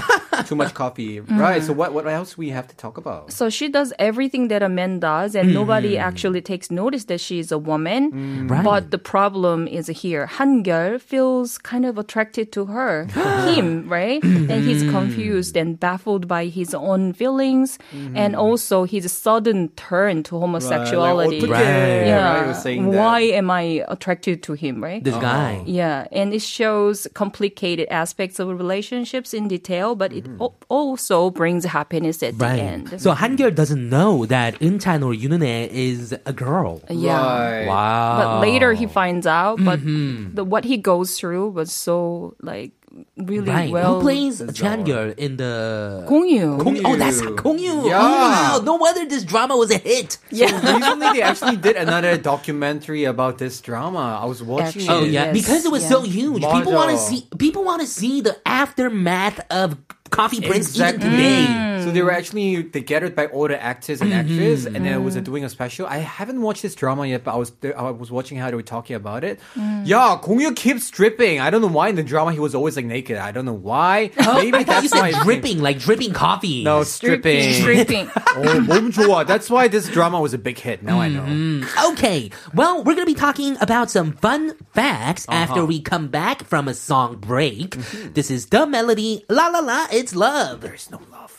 Speaker 1: Too much coffee.
Speaker 5: Mm-hmm.
Speaker 1: Right. So what what else we have to talk about?
Speaker 5: So she does everything that a man does, and nobody actually takes notice that she is a woman. But the problem is here. Hangyeol feels kind of attracted to her, him, right? and he's
Speaker 1: Mm-hmm.
Speaker 5: confused and baffled by his own feelings,
Speaker 1: Mm-hmm.
Speaker 5: and also his sudden turn to homosexuality.
Speaker 1: Right. Right.
Speaker 5: Yeah.
Speaker 1: I was saying that.
Speaker 5: Why am I attracted to him, right?
Speaker 2: This guy.
Speaker 5: Yeah, and it shows complicated aspects of relationships in detail, but it
Speaker 1: Mm-hmm.
Speaker 5: al- also brings happiness at the end.
Speaker 2: So Hangyeol doesn't know that Euntan or Yunune is a girl.
Speaker 5: yeah.
Speaker 1: Right.
Speaker 2: Wow.
Speaker 5: But later he finds out, but the, what he goes through was so like really
Speaker 2: Right.
Speaker 5: well.
Speaker 2: Who plays Hangyeol in the
Speaker 5: Gongyu?
Speaker 2: Gongyu. Oh, that's
Speaker 1: Gongyu.
Speaker 2: Gongyu.
Speaker 1: Yeah.
Speaker 2: Oh, wow. No wonder this drama was a hit.
Speaker 1: So recently they actually did another documentary about this drama. I was watching
Speaker 2: Oh,
Speaker 5: Actually,
Speaker 1: it.
Speaker 5: yeah. Yes.
Speaker 2: because it was so huge. People
Speaker 1: Mojo.
Speaker 2: want to see. People want to see the aftermath of Coffee Prince even today.
Speaker 1: So they were actually they gathered by all the actors
Speaker 2: Mm-hmm.
Speaker 1: and actresses, and then it was doing a special. I haven't watched this drama yet, but I was I was watching how they were talking about it.
Speaker 2: Mm.
Speaker 1: Yeah, Gongyu keeps dripping. I don't know why in the drama he was always like naked. I don't know why. Maybe
Speaker 2: Oh, I thought you
Speaker 1: that's why
Speaker 2: said
Speaker 1: it-
Speaker 2: dripping, like dripping coffee.
Speaker 1: No, stripping.
Speaker 5: Dripping.
Speaker 1: oh, 몸 좋아. That's why this drama was a big hit. Now I
Speaker 2: Mm-hmm.
Speaker 1: know.
Speaker 2: Okay, well, we're going to be talking about some fun facts after we come back from a song break. This is the melody La La La, it's love. There's Mm-hmm. no love.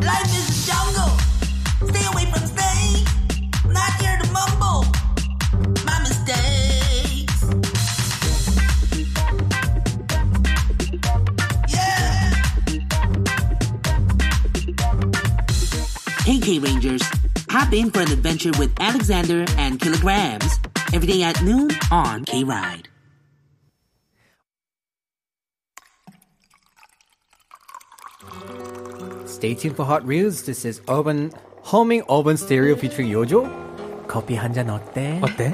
Speaker 7: Life is a jungle. Stay away from snakes. Not here to mumble. My mistakes. Yeah. Hey, K Rangers. Hop in for an adventure with Alexander and Kilograms. Every day at noon on K Ride.
Speaker 1: Stay tuned for Hot Reels. This is Urban Homing Urban Stereo featuring Yojo. 커피 한잔 어때?
Speaker 2: 어때?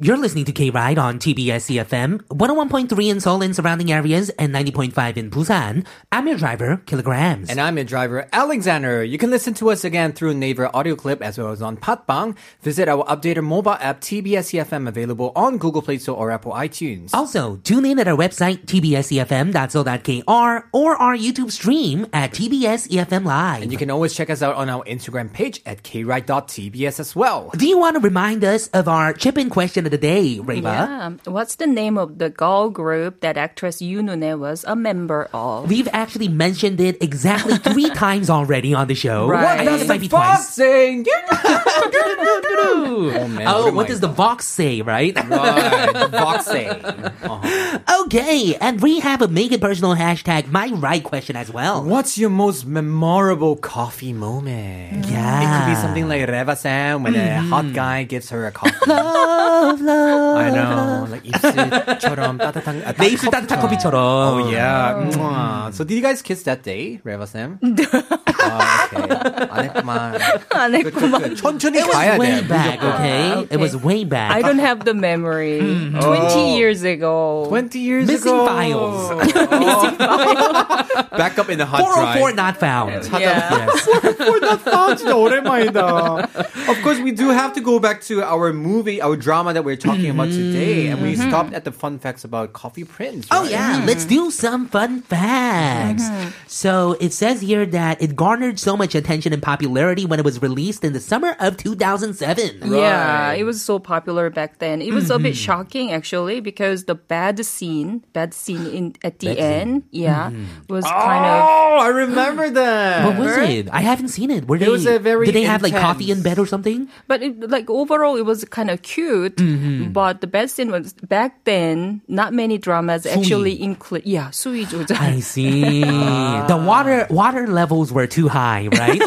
Speaker 2: You're listening to K Ride on TBS EFM, 101.3 in Seoul and surrounding areas, and 90.5 in Busan. I'm your driver, Kilograms.
Speaker 1: And I'm your driver, Alexander. You can listen to us again through Naver audio clip as well as on Patbang. Visit our updated mobile app TBS EFM E available on Google Play Store or Apple iTunes.
Speaker 2: Also, tune in at our website, E tbsefm.so.kr, or our YouTube stream at TBS EFM E Live.
Speaker 1: And you can always check us out on our Instagram page at kride.tbs as well.
Speaker 2: Do you want to remind us of our chip-in question of the day, Reba?
Speaker 5: yeah. What's the name of the girl group that actress Yunune was a member of?
Speaker 2: We've actually mentioned it exactly three times already on the show.
Speaker 5: Right.
Speaker 2: I think it might be
Speaker 1: Fox
Speaker 2: twice.
Speaker 1: saying,
Speaker 2: Oh,
Speaker 1: man,
Speaker 2: oh
Speaker 1: what am
Speaker 2: what
Speaker 1: I-
Speaker 2: does the Vox say, right?
Speaker 1: Right, Fox saying. Uh-huh.
Speaker 2: okay, and we have a make it personal hashtag my right question as well.
Speaker 1: What's your most memorable coffee moment?
Speaker 2: Yeah. Mm-hmm. Yeah.
Speaker 1: It could be something like Reva Sam when a hot guy gives her a coffee.
Speaker 2: Love, love.
Speaker 1: I know, like 입술처럼 따뜻한 아,
Speaker 6: 내 입술 따뜻한 커피처럼.
Speaker 1: Oh yeah. Mwah. So did you guys kiss that day, Reva Sam? No. okay. 안 했구만.
Speaker 5: 안 했구만.
Speaker 1: 천천히
Speaker 2: It
Speaker 1: 가야
Speaker 2: was way
Speaker 1: 돼.
Speaker 2: back,
Speaker 1: 무조건.
Speaker 2: okay? It was way back.
Speaker 5: I don't have the memory. 20 years ago.
Speaker 1: 20 years
Speaker 2: Missing
Speaker 1: ago.
Speaker 2: files.
Speaker 1: Back up in the hot
Speaker 2: 404
Speaker 1: drive.
Speaker 2: not found.
Speaker 5: yeah.
Speaker 1: oh 진짜 오랜만이다. Of course, we do have to go back to our movie, our drama that we're talking about today, and we stopped at the fun facts about Coffee Prince.
Speaker 2: Oh
Speaker 1: right?
Speaker 2: yeah, let's do some fun facts.
Speaker 1: Mm-hmm.
Speaker 2: So it says here that it garnered so much attention and popularity when it was released in the summer of 2007.
Speaker 5: Yeah, it was so popular back then. It was a bit shocking actually because the bad scene, bad scene in at the end, yeah, was kind of
Speaker 1: Oh, I remember that.
Speaker 2: What was it? I haven't seen it. Were they,
Speaker 1: was a very
Speaker 2: did they have like
Speaker 1: intense-
Speaker 2: coffee in bed or something?
Speaker 5: but it, like overall it was kind of cute,
Speaker 2: Mm-hmm.
Speaker 5: but the bad scene was back then not many dramas actually include yeah, 수위
Speaker 2: I
Speaker 5: 조절.
Speaker 2: see. the water water levels were too high, right?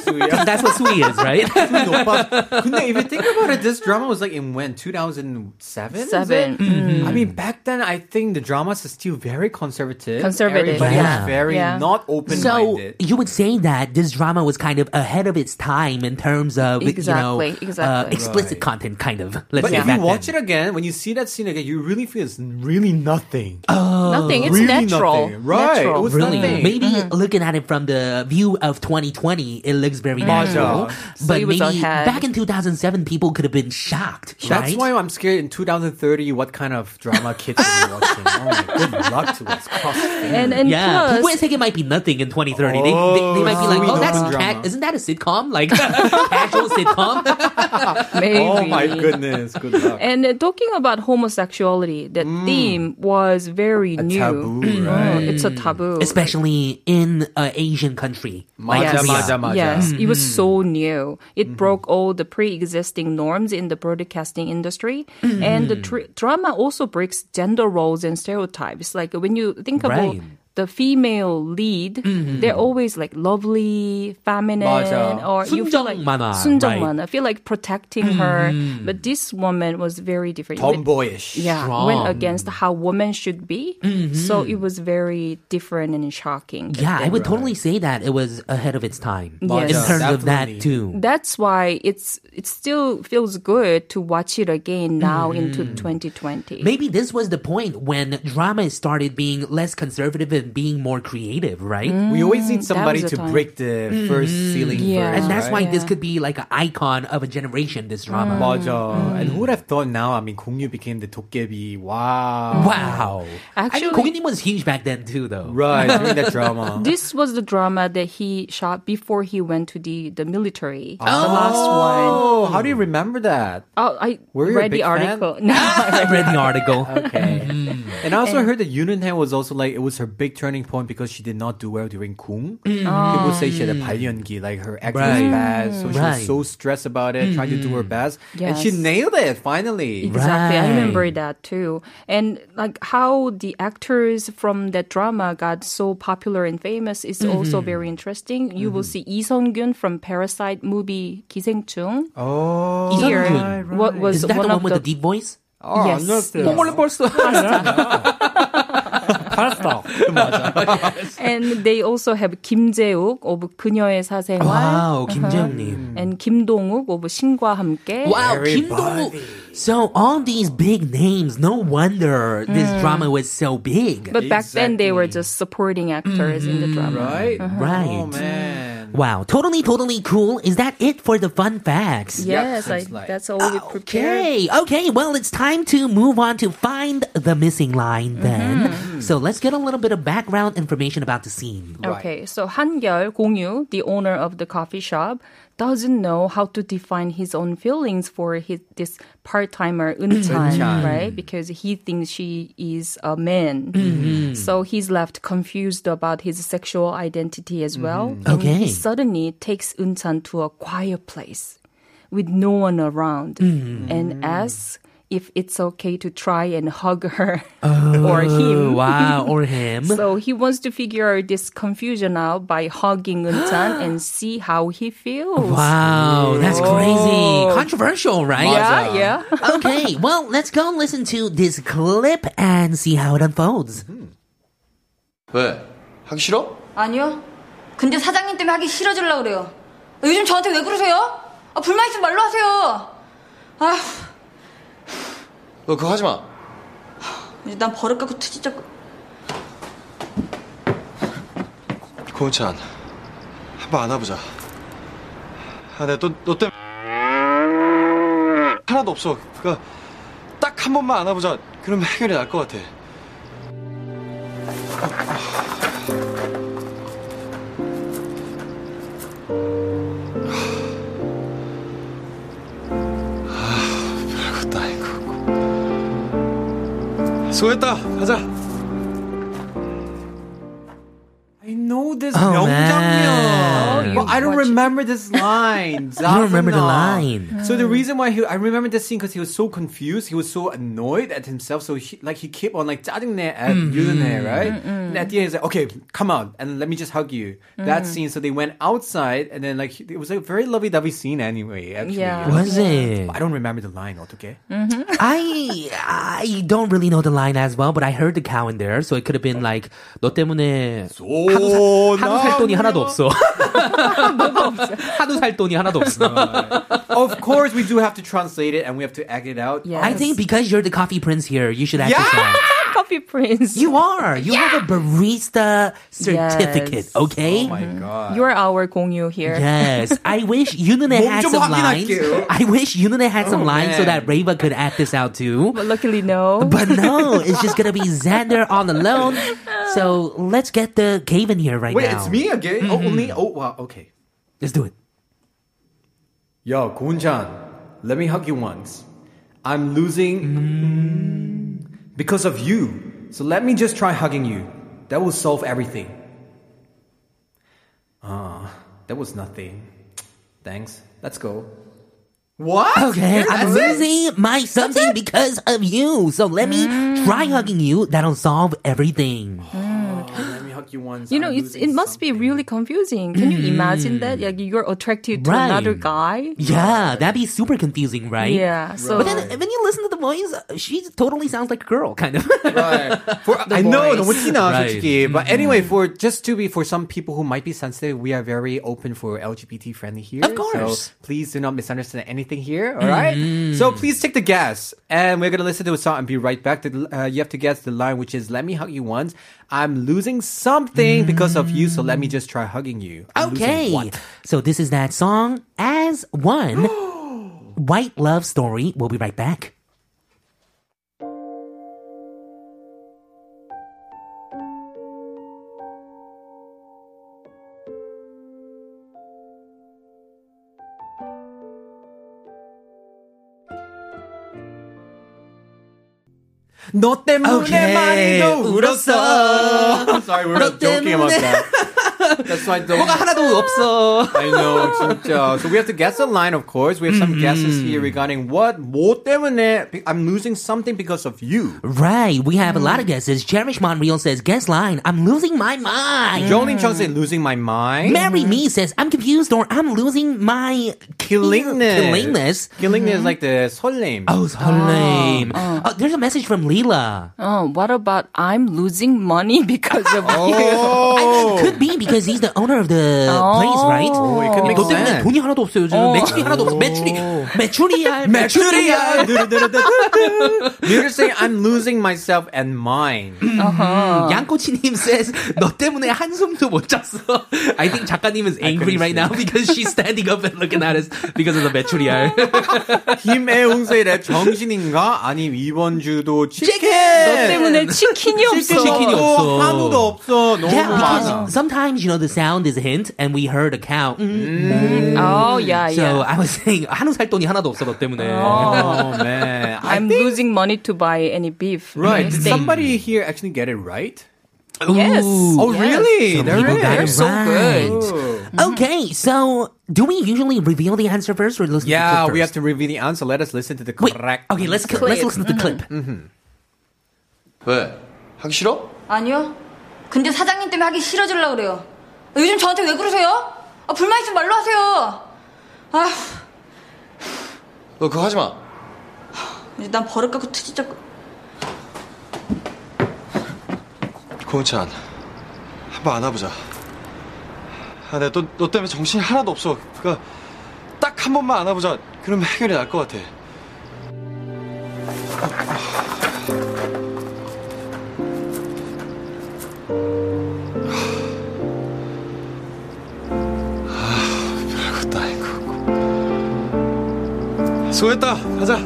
Speaker 2: That's what Sui is, right?
Speaker 1: But- 근데 if you think about it, this drama was like in when 2007.
Speaker 5: Seven.
Speaker 2: Mm-hmm.
Speaker 1: I mean, back then, I think the dramas are still very conservative.
Speaker 5: Conservative.
Speaker 1: Everybody
Speaker 2: Yeah.
Speaker 1: was very
Speaker 5: Yeah.
Speaker 1: not open-minded.
Speaker 2: So you would say that this drama was kind of ahead of its time in terms of you
Speaker 5: Exactly,
Speaker 2: know uh,
Speaker 5: exactly.
Speaker 2: explicit
Speaker 1: Right.
Speaker 2: content, kind of. Let's
Speaker 1: but
Speaker 2: say
Speaker 1: if you
Speaker 2: back
Speaker 1: watch
Speaker 2: then.
Speaker 1: it again, when you see that scene again, you really feel it's really nothing.
Speaker 5: Nothing. It's
Speaker 1: really
Speaker 5: natural.
Speaker 1: nothing. Right.
Speaker 5: Natural.
Speaker 1: It was
Speaker 2: Really,
Speaker 1: nothing.
Speaker 2: maybe
Speaker 5: Mm-hmm.
Speaker 2: looking at it from the view of 2020, it looks very natural.
Speaker 1: So
Speaker 2: But
Speaker 5: it Mm-hmm. was
Speaker 2: maybe
Speaker 5: ahead.
Speaker 2: back in 2007, people could have been shocked.
Speaker 1: That's
Speaker 2: right?
Speaker 1: why I'm scared in 2030 what kind of drama kids will be watching. Oh my, good luck to us. Cross fingers.
Speaker 5: And and
Speaker 2: Yeah,
Speaker 5: plus
Speaker 2: Wait, it might be nothing in 2030. They, they, they might be like,
Speaker 1: Oh,
Speaker 2: oh, that's
Speaker 1: sweet
Speaker 2: ca-
Speaker 1: drama.
Speaker 2: isn't that a sitcom? Like casual sitcom.
Speaker 5: maybe.
Speaker 1: Oh my goodness, good luck.
Speaker 5: And uh, talking about homosexuality, that theme was very new.
Speaker 1: Mm. taboo,
Speaker 5: Mm.
Speaker 1: right?
Speaker 5: It's a taboo.
Speaker 2: Especially in an Asian country.
Speaker 1: Maja,
Speaker 2: like
Speaker 5: Yes.
Speaker 2: Korea.
Speaker 1: maja, maja.
Speaker 5: Yes, it was so new. It
Speaker 2: Mm-hmm.
Speaker 5: broke all the pre-existing norms in the broadcasting industry, and
Speaker 2: Mm.
Speaker 5: the tr- drama also breaks gender roles and stereotypes. Like when you think about
Speaker 2: Right.
Speaker 5: the female lead, they're always like lovely, feminine,
Speaker 1: 맞아.
Speaker 5: or you feel like
Speaker 2: 순정만화, right. Mm-hmm.
Speaker 5: 순정만화. Feel like protecting her, but this woman was very different. It-
Speaker 1: Tomboyish.
Speaker 5: yeah, went against how women should be. So it was very different and shocking.
Speaker 2: Yeah, I would totally say that it was ahead of its time
Speaker 5: Maja,
Speaker 2: in terms of
Speaker 1: definitely.
Speaker 2: that too.
Speaker 5: That's why it's it still feels good to watch it again now
Speaker 2: Mm-hmm.
Speaker 5: into 2020.
Speaker 2: Maybe this was the point when drama started being less conservative and being more creative, right?
Speaker 5: Mm-hmm.
Speaker 1: We always need somebody
Speaker 5: Mm, was
Speaker 1: to
Speaker 5: the time.
Speaker 1: break the first ceiling
Speaker 5: Yeah.
Speaker 1: first.
Speaker 5: Mm.
Speaker 2: Mm-hmm. And that's
Speaker 1: right?
Speaker 2: why this could be like an icon of a generation, this drama.
Speaker 1: 맞아. And who would have thought now? I mean, Gongyu became the Tokkebi. Wow.
Speaker 2: Wow. I
Speaker 5: Actually-
Speaker 2: mean, Koginim was huge back then too, though.
Speaker 1: Right, during that drama.
Speaker 5: This was the drama that he shot before he went to the, the military. The
Speaker 2: Oh.
Speaker 5: last one.
Speaker 1: Oh, how do you remember that?
Speaker 5: Oh, I
Speaker 1: Were you a
Speaker 5: read
Speaker 1: big
Speaker 5: the
Speaker 1: fan?
Speaker 5: article. No.
Speaker 2: I read the article.
Speaker 1: Okay. and I also heard that Yunnan was also like it was her big turning point because she did not do well during Kung. People say she had a 발연기, like her act was
Speaker 2: Right.
Speaker 1: bad, so she was
Speaker 2: Right.
Speaker 1: so stressed about it, trying to do her best, and she
Speaker 5: Yes.
Speaker 1: nailed it finally.
Speaker 5: Exactly, I
Speaker 2: Right.
Speaker 5: remember that too. And like how the actors from that drama got so popular and famous is also
Speaker 2: Mm-hmm.
Speaker 5: very interesting. You will see Lee Sung Gun from Parasite movie 기생충.
Speaker 1: Oh,
Speaker 5: here,
Speaker 2: Right,
Speaker 5: what was
Speaker 2: Is that
Speaker 5: one
Speaker 2: the one
Speaker 5: of
Speaker 2: with the deep voice?
Speaker 1: oh
Speaker 5: yes. And they also have Kim Jae-wook of 그녀의 사생활
Speaker 2: Wow, Kim
Speaker 5: Uh-huh.
Speaker 2: Jong-nim.
Speaker 5: and Kim Dong-wook of 신과 함께.
Speaker 2: Wow, Kim Dong. So all these big names. No wonder this drama was so big.
Speaker 5: Mm. But back then they were just supporting actors in the drama.
Speaker 1: right,
Speaker 2: Right.
Speaker 1: Oh man.
Speaker 2: Wow, totally, totally cool. Is that it for the fun facts?
Speaker 5: Yes, I,
Speaker 1: That's like-
Speaker 5: that's all we prepared.
Speaker 2: Okay, okay, well, it's time to move on to find the missing line then.
Speaker 5: Mm-hmm.
Speaker 2: So let's get a little bit of background information about the scene.
Speaker 5: Okay, so Hangyeo Gongyu, the owner of the coffee shop, doesn't know how to define his own feelings for his this part-timer Eun-chan, right? Because he thinks she is a man.
Speaker 2: Mm-hmm.
Speaker 5: So he's left confused about his sexual identity as well. And
Speaker 2: Mm-hmm. Okay.
Speaker 5: he suddenly takes
Speaker 2: Mm-hmm.
Speaker 5: Eun-chan to a quiet place with no one around and asks if it's okay to try and hug her or
Speaker 2: Oh,
Speaker 5: him.
Speaker 2: wow, or him.
Speaker 5: So he wants to figure this confusion out by hugging Eunsan and see how he feels.
Speaker 2: wow, that's crazy. Controversial, right?
Speaker 5: Yeah, yeah.
Speaker 2: okay, well, let's go and listen to this clip and see how it unfolds.
Speaker 5: Mm-hmm.
Speaker 8: 왜? 하기 싫어?
Speaker 9: 아니요. 근데 사장님 때문에 하기 싫어지려고 그래요. 아, 요즘 저한테 왜 그러세요? 아, 불만 있으면 말로 하세요. 아휴,
Speaker 8: 너 그거 하지 마.
Speaker 9: 이제 난 버릇 갖고 투지 잡고.
Speaker 8: 고은찬, 한번 안아보자. 아, 내가 너, 너 때문에 하나도 없어. 그니까 딱 한 번만 안아보자. 그러면 해결이 날 것 같아. 아, 별것도 아니고. 수고했다. 가자.
Speaker 1: I know this
Speaker 2: Oh,
Speaker 1: 명장면.
Speaker 2: man.
Speaker 5: Oh, you
Speaker 1: But I don't
Speaker 5: watch it.
Speaker 1: remember this line. I
Speaker 2: don't remember the line.
Speaker 1: So the
Speaker 5: Mm.
Speaker 1: reason why he, I remember this scene because he was so confused. He was so annoyed at himself. So he, like he kept on like 짜증내 at
Speaker 5: Mm-hmm.
Speaker 1: Yunnae, right? And at the end he's like, okay, come on and let me just hug you.
Speaker 5: Mm-hmm.
Speaker 1: That scene. So they went outside and then like it was a very lovey-dovey scene anyway. Actually,
Speaker 5: Yeah.
Speaker 1: you
Speaker 5: Mm.
Speaker 1: know?
Speaker 2: Was it?
Speaker 1: I don't remember the line. 어떻게?
Speaker 2: I I don't really know the line as well, but I heard the cow in there, so it could have been like 너 때문에 한우
Speaker 1: Oh,
Speaker 2: 살- 한우 살 돈이 하나도 없어. 한우 살 돈이 하나도 없어.
Speaker 1: of course, we do have to translate it and we have to act it out.
Speaker 5: Yes.
Speaker 2: I think because you're the coffee prince here, you should act this out.
Speaker 5: Coffee Prince.
Speaker 2: You are. You have a barista certificate,
Speaker 5: Yes.
Speaker 2: okay?
Speaker 1: Oh my god.
Speaker 5: Mm-hmm. You're our Gongyu here.
Speaker 2: Yes, I wish Yunune had
Speaker 1: 좀
Speaker 2: some lines.
Speaker 1: 확인할게요.
Speaker 2: I wish Yunune had some
Speaker 1: Oh,
Speaker 2: lines so
Speaker 1: man.
Speaker 2: that Reva could act this out too.
Speaker 5: But luckily, no.
Speaker 2: But no, it's just gonna be Xander on the loan. So let's get the cave in here right
Speaker 1: Wait,
Speaker 2: now.
Speaker 1: it's me again? Oh,
Speaker 5: Mm-hmm.
Speaker 1: only? Oh, wow, okay.
Speaker 2: Let's do it.
Speaker 1: Yo, Kunjan, let me hug you once. I'm losing because of you. So let me just try hugging you. That will solve everything. Ah, that was nothing. Thanks. Let's go. What?
Speaker 2: Okay,
Speaker 1: That's Mm. it?
Speaker 2: I'm losing my something because of you. So let me try hugging you. That'll solve everything.
Speaker 1: Let me hug you once.
Speaker 5: you know,
Speaker 1: I'm
Speaker 5: it's, it
Speaker 1: losing
Speaker 5: must be really confusing. Can you imagine that? Like you're attracted to
Speaker 2: Mm. Right.
Speaker 5: another guy.
Speaker 1: Oh.
Speaker 2: Yeah, that'd be super confusing, right?
Speaker 5: Yeah. So
Speaker 2: But then when you listen to the voice, uh, she totally sounds like a girl, kind of.
Speaker 1: For, I know,
Speaker 2: voice.
Speaker 1: 너무 티나,
Speaker 2: Right.
Speaker 1: 솔직히. But anyway, for just to be for some people who might be sensitive, we are very open for LGBT friendly here.
Speaker 2: Of
Speaker 1: So
Speaker 2: course.
Speaker 1: please do not misunderstand anything here. All right. So please take the guess, and we're gonna listen to a song and be right back. The, uh, you have to guess the line, which is "Let me hug you once." I'm losing something because of you, so let me just try hugging you. I'm losing
Speaker 2: okay.
Speaker 1: what?
Speaker 2: So this is that song as one. White love story. We'll be right back.
Speaker 1: 너 때문에
Speaker 2: Okay.
Speaker 1: 많이도 울었어. Sorry, we were
Speaker 2: 너
Speaker 1: joking about
Speaker 2: 때문에.
Speaker 1: that. That's why the
Speaker 2: 하나도 없어.
Speaker 1: I know, 진짜. So we have to guess the line, of course. We have some
Speaker 2: Mm-hmm.
Speaker 1: guesses here regarding what 뭐 때문에 I'm losing something because of you.
Speaker 2: Mm-hmm. Right, we have a lot of
Speaker 1: Mm.
Speaker 2: guesses. Cherish Monreal says, guess line, I'm losing my mind.
Speaker 1: Jolene Chung said losing my mind.
Speaker 2: Marry Me says, I'm confused or I'm losing my
Speaker 1: Killingness.
Speaker 2: Killingness. Mm-hmm.
Speaker 1: Killingness is like the 설렘.
Speaker 2: Oh, so lame. Oh, there's a message from Leela.
Speaker 5: Oh, what about I'm losing money because of
Speaker 1: Oh.
Speaker 2: Oh. Could be because he's the owner of the
Speaker 5: Oh.
Speaker 2: place, right?
Speaker 1: Oh, it could make
Speaker 2: 너 때문에
Speaker 1: sense. Oh.
Speaker 2: 돈이 하나도 없어요. 요즘 매출이 하나도 없어. 매출이 매출이 할 매출이 할.
Speaker 1: You're just saying I'm losing myself and mine.
Speaker 2: Mm-hmm. 양꼬치님 says 너 때문에 한숨도 못 잤어. I think 작가님 is angry right now because she's standing up and looking at us because of the 매출이 할.
Speaker 1: Oh, 김혜웅 said의 정신인가? 아님 이번 주도 치킨.
Speaker 5: 너 때문에 치킨이 없어.
Speaker 2: 치킨이 없어.
Speaker 1: 한우도 없어. 너무
Speaker 2: Yeah,
Speaker 1: 많아.
Speaker 2: because sometimes you know the sound is a hint, and we heard a cow. Mm.
Speaker 5: Oh yeah,
Speaker 2: So
Speaker 5: yeah.
Speaker 2: I was saying 한우 살 돈이 하나도 없어 너 때문에.
Speaker 1: Oh man, I
Speaker 5: I'm
Speaker 1: think-
Speaker 5: losing money to buy any beef.
Speaker 1: Right. Did
Speaker 5: steak.
Speaker 1: somebody here actually get it right?
Speaker 5: Yes.
Speaker 1: Oh, really?
Speaker 2: Some
Speaker 1: They're
Speaker 2: people
Speaker 1: really-
Speaker 2: got
Speaker 1: they're
Speaker 2: it
Speaker 1: so
Speaker 2: right.
Speaker 1: good.
Speaker 2: Okay, so do we usually reveal the answer first or listen
Speaker 1: Yeah,
Speaker 2: to the clip first?
Speaker 1: we have to reveal the answer. Let us listen to the correct.
Speaker 2: Okay, let's cl- let's listen to the Mm-hmm. clip.
Speaker 8: 왜? 하기 싫어?
Speaker 9: 아니요. 근데 사장님 때문에 하기 싫어지려고 그래요. 아, 요즘 저한테 왜 그러세요? 아, 불만 있으면 말로 하세요. 아휴,
Speaker 8: 너 그거 하지 마.
Speaker 9: 이제 난 버릇 갖고 투지 잡고.
Speaker 8: 고은찬, 한번 안아보자. 아, 내가 너, 너 때문에 정신이 하나도 없어. 그니까, 딱 한 번만 안아보자. 그러면 해결이 날 것 같아. 아, 아, 별것도 아니고. 수고했다. 가자.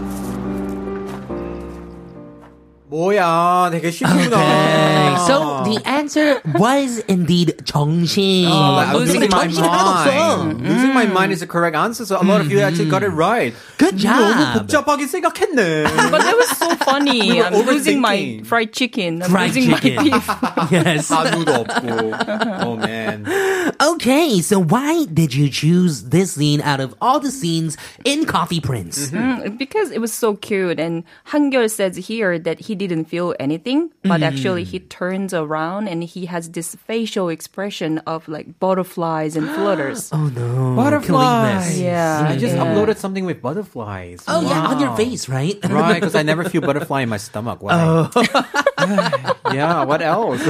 Speaker 1: 뭐야, 되게 쉽구나.
Speaker 2: Okay, so Oh, the answer was indeed 정신.
Speaker 1: I'm losing my
Speaker 2: 정신 하나도 없어.
Speaker 1: mind. Losing my mind is the correct answer. So a lot of you actually got it right.
Speaker 2: Good
Speaker 1: 너무
Speaker 2: job.
Speaker 1: 복잡하게 생각했네.
Speaker 5: But that was so funny.
Speaker 1: We were
Speaker 5: I'm losing my
Speaker 1: overthinking.
Speaker 5: fried chicken. I'm
Speaker 2: Fried
Speaker 5: losing
Speaker 2: chicken.
Speaker 5: my beef.
Speaker 2: yes.
Speaker 1: 가수도 없고. Oh man.
Speaker 2: Okay, so why did you choose this scene out of all the scenes in Coffee Prince?
Speaker 5: Mm, because it was so cute. And Hangyeol says here that he didn't feel anything,
Speaker 2: Mm-hmm.
Speaker 5: but actually he turns around and he has this facial expression of like butterflies and flutters.
Speaker 2: Oh no.
Speaker 1: Butterflies.
Speaker 2: Killing this.
Speaker 5: Yeah,
Speaker 1: I just
Speaker 5: yeah.
Speaker 1: uploaded something with butterflies.
Speaker 2: Oh yeah, on your face, right?
Speaker 1: Right, because I never feel butterfly in my stomach. Why? yeah, what else?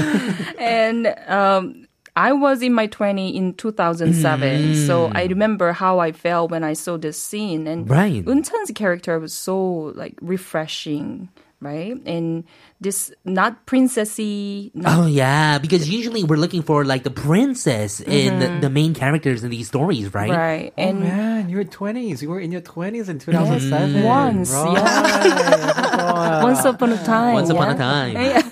Speaker 5: and um, I was in my 20 in 2007, so I remember how I felt when I saw this scene. And
Speaker 2: Mm. Right.
Speaker 5: Eunchun's character was so like refreshing, right? And this not princessy, not
Speaker 2: Oh yeah, because usually we're looking for like the princess in the, the main characters in these stories, right?
Speaker 5: Mm-hmm.
Speaker 2: Oh,
Speaker 5: right, and
Speaker 1: Man, you were 20s. You were in your 20s in 2007.
Speaker 5: once, yeah, once upon a time,
Speaker 2: Once upon a
Speaker 5: yeah.
Speaker 2: time.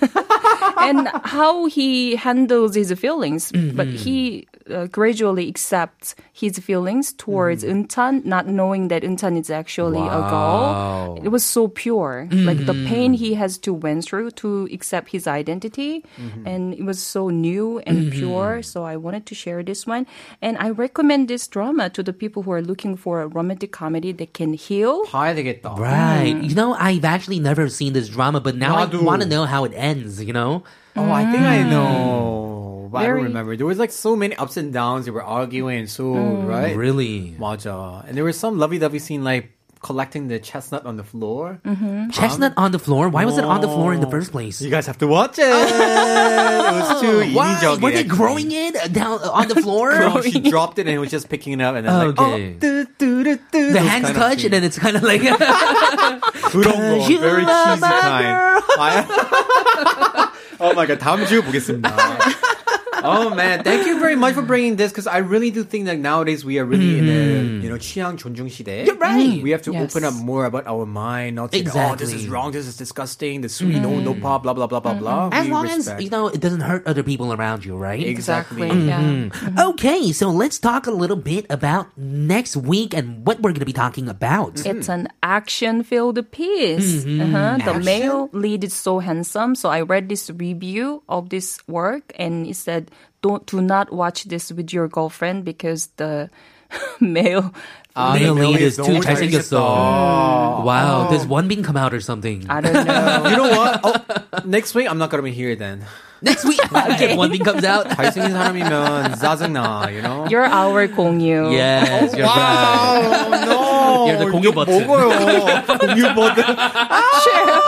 Speaker 5: and how he handles his feelings.
Speaker 2: Mm-hmm.
Speaker 5: But he uh, gradually accepts his feelings towards
Speaker 2: Mm-hmm.
Speaker 5: Euntan, not knowing that Euntan is actually a girl. It was so pure. Like
Speaker 2: Mm-hmm.
Speaker 5: the pain he has to went through to accept his identity.
Speaker 2: Mm-hmm.
Speaker 5: And it was so new and pure. So I wanted to share this one. And I recommend this drama to the people who are looking for a romantic comedy that can heal.
Speaker 1: 봐야 되겠다.
Speaker 2: Right.
Speaker 5: Mm.
Speaker 2: You know, I've actually never seen this drama, but now I
Speaker 1: Nadu.
Speaker 2: want to know how it ends, you know?
Speaker 1: Oh, I think
Speaker 2: Mm.
Speaker 1: I know. But I
Speaker 5: Very-
Speaker 1: don't remember. There was like so many ups and downs. They were arguing and so, right?
Speaker 2: Mm. Really?
Speaker 1: 맞아. And there was some lovey-dovey scene like collecting the chestnut on the floor.
Speaker 2: Mm-hmm. Chestnut on the floor? Why was it on the floor in the first place?
Speaker 1: You guys have to watch it. it was too
Speaker 2: Why?
Speaker 1: 인위적이,
Speaker 2: Were they
Speaker 1: actually.
Speaker 2: growing it down uh, on the floor?
Speaker 1: No, she dropped it and it was just picking it up and then
Speaker 2: Okay.
Speaker 1: like, oh, do, do, do, do,
Speaker 2: the hands touch and then it's kind of like
Speaker 1: 그런 거
Speaker 2: you
Speaker 1: very
Speaker 2: love
Speaker 1: cheesy
Speaker 2: my
Speaker 1: kind. I, oh my god, 다음 주 보겠습니다. Oh man, thank you very much for bringing this because I really do think that nowadays we are really in a you know 취향 존중 시대.
Speaker 2: You're right.
Speaker 1: We have to
Speaker 5: Yes.
Speaker 1: open up more about our mind, not saying, oh this is
Speaker 2: Exactly.
Speaker 1: wrong, this is disgusting, this sweet, no, no pop, blah blah blah blah blah.
Speaker 2: Mm. Mm-hmm. as
Speaker 1: We
Speaker 2: long
Speaker 1: respect.
Speaker 2: as you know it doesn't hurt other people around you, right?
Speaker 1: exactly.
Speaker 2: Mm-hmm.
Speaker 5: Yeah.
Speaker 2: Okay, so let's talk a little bit about next week and what we're going to be talking about.
Speaker 5: It's an action-filled piece. Uh-huh. The male lead is so handsome. So I read this review of this work, and it said, "Don't do not watch this with your girlfriend because the male."
Speaker 2: male Ah, lead is
Speaker 1: 너무
Speaker 2: too 잘생겼어. Wow, does one bean come out or something?
Speaker 5: I don't know.
Speaker 1: You know what? Oh, next week I'm not gonna be here then.
Speaker 2: Next week, if one bean comes out.
Speaker 1: 잘생긴 사람이면 짜증나, you know.
Speaker 5: You're our 공유.
Speaker 2: Yes,
Speaker 5: Oh,
Speaker 2: you're right.
Speaker 1: no.
Speaker 2: You're the 공유
Speaker 1: 욕
Speaker 2: 버튼.
Speaker 1: 먹어요. 공유 버튼. Share.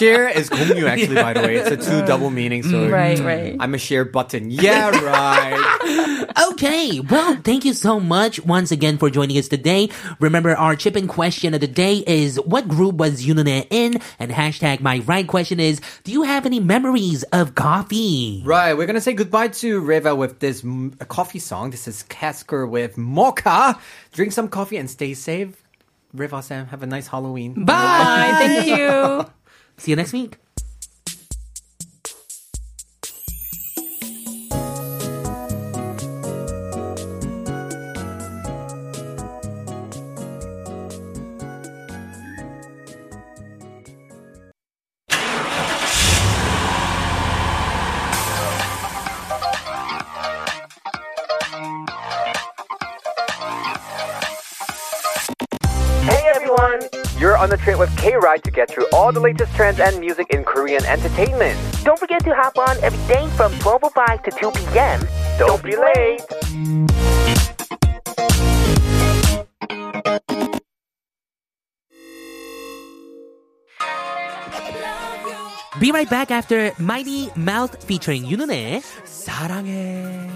Speaker 1: Share is 공유 actually by the way. It's a two double meaning so
Speaker 5: Right, right.
Speaker 1: I'm a share button. Yeah, right.
Speaker 2: Okay, well, thank you so much once again for joining us today. Remember, our chip in question of the day is what group was Yunana in? And hashtag my right question is, do you have any memories of coffee?
Speaker 1: right, we're going to say goodbye to Reva with this m- coffee song. This is Kasker with Mocha. Drink some coffee and stay safe. Reva Sam, have a nice Halloween.
Speaker 2: Bye.
Speaker 5: Bye. Thank you.
Speaker 2: See you next week.
Speaker 1: You're on a trip with K-Ride to get through all the latest trends and music in Korean entertainment.
Speaker 10: Don't forget to hop on every day from 12 05 to 2 p.m. Don't, be late.
Speaker 2: Be right back after Mighty Mouth featuring 윤은혜. 사랑해.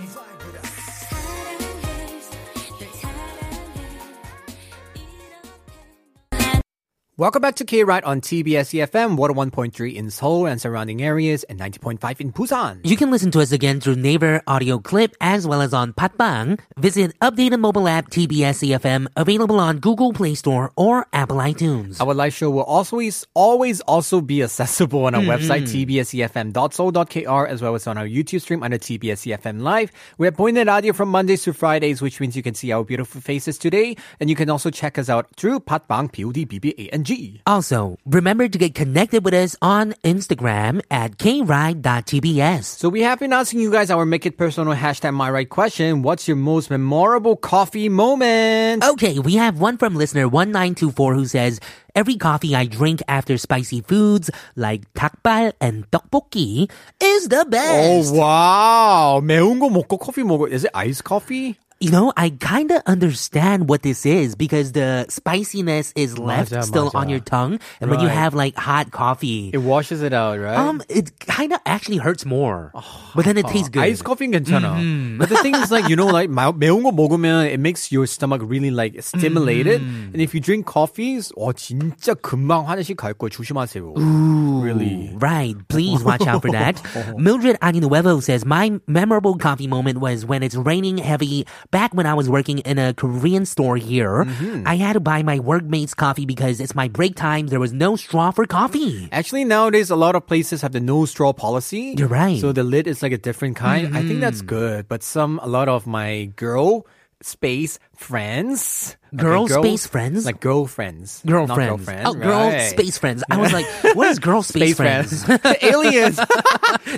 Speaker 1: Welcome back to K-Ride on TBS EFM 101.3 in Seoul and surrounding areas and 90.5 in Busan.
Speaker 2: You can listen to us again through Naver audio clip as well as on Patbang. Visit updated mobile app TBS EFM E available on Google Play Store or Apple iTunes.
Speaker 1: Our live show will also is always also be accessible on our
Speaker 2: Mm,
Speaker 1: website tbsefm.soul.kr as well as on our YouTube stream under TBS EFM E Live. We have pointed radio from Mondays to Fridays, which means you can see our beautiful faces today, and you can also check us out through Patbang P O D B B A N G. E.
Speaker 2: Also, remember to get connected with us on Instagram at kride.tbs.
Speaker 1: So we have been asking you guys our make it personal hashtag my right question. What's your most memorable coffee moment?
Speaker 2: Okay, we have one from listener 1924 who says, Every coffee I drink after spicy foods like 닭발 and tteokbokki is the best.
Speaker 1: Oh wow! 매운 거 먹고 커피 먹어. Is it iced coffee?
Speaker 2: You know, I kind of understand what this is because the spiciness is left
Speaker 1: 맞아,
Speaker 2: still on
Speaker 1: 맞아.
Speaker 2: your tongue. And when you
Speaker 1: Right.
Speaker 2: have like hot coffee,
Speaker 1: It washes it out, right?
Speaker 2: um, it kind of actually hurts more.
Speaker 1: Oh,
Speaker 2: but then it tastes good.
Speaker 1: 아이스 커피는 괜찮아. But the thing is like you know like 마- 매운 거 먹으면 it makes your stomach really like stimulated. And if you drink coffees, 어 진짜 금방 화장실 갈 거예요. 조심하세요. Really.
Speaker 2: Right. Please watch out for that. Mildred Aninuevo says, My memorable coffee moment was when it's raining heavy back when I was working in a Korean store here.
Speaker 1: Mm-hmm.
Speaker 2: I had to buy my workmates coffee because it's my break time. There was no straw for coffee.
Speaker 1: Actually, nowadays a lot of places have the no straw policy.
Speaker 2: You're right.
Speaker 1: So the lid is like a different kind. I think that's good. But some a lot of my girl space friends, okay,
Speaker 2: Girl space friends?
Speaker 1: like girlfriends, not
Speaker 2: Girlfriends.
Speaker 1: girlfriend,
Speaker 2: oh, girl
Speaker 1: right.
Speaker 2: space friends. I was like, what is girl space,
Speaker 1: Space friends, The aliens.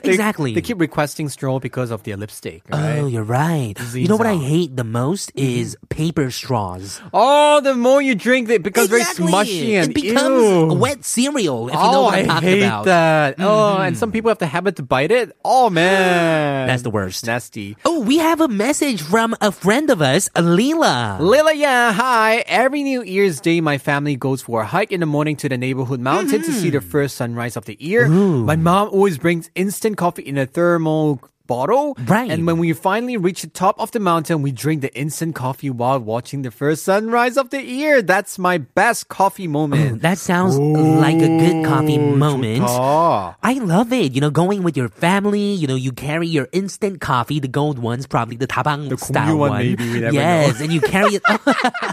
Speaker 1: They-
Speaker 2: exactly.
Speaker 1: They keep requesting straw because of their lipstick.
Speaker 2: Oh,
Speaker 1: Right? Mm-hmm.
Speaker 2: you're right. You know what I
Speaker 1: Ziza.
Speaker 2: hate the most is paper straws.
Speaker 1: Oh, the more you drink it because very smushy and
Speaker 2: it becomes
Speaker 1: ew.
Speaker 2: wet cereal. If
Speaker 1: oh,
Speaker 2: you know what I'm
Speaker 1: I
Speaker 2: talking
Speaker 1: hate
Speaker 2: about. Mm-hmm.
Speaker 1: that. Oh, and some people have the habit to bite it. Oh man,
Speaker 2: That's the worst.
Speaker 1: nasty.
Speaker 2: Oh, we have a message from a friend of us, Leela.
Speaker 1: Lila, yeah, hi. Every New Year's Day, my family goes for a hike in the morning to the neighborhood mountain to see the first sunrise of the year. My mom always brings instant coffee in a thermal bottle.
Speaker 2: Right.
Speaker 1: And when we finally reach the top of the mountain, we drink the instant coffee while watching the first sunrise of the year. That's my best coffee moment.
Speaker 2: That sounds like a good coffee moment.
Speaker 1: 좋다.
Speaker 2: I love it. You know, going with your family, you know, you carry your instant coffee, the gold ones, probably the tabang style
Speaker 1: 공유 one
Speaker 2: one.
Speaker 1: maybe, we never
Speaker 2: yes, and you carry it.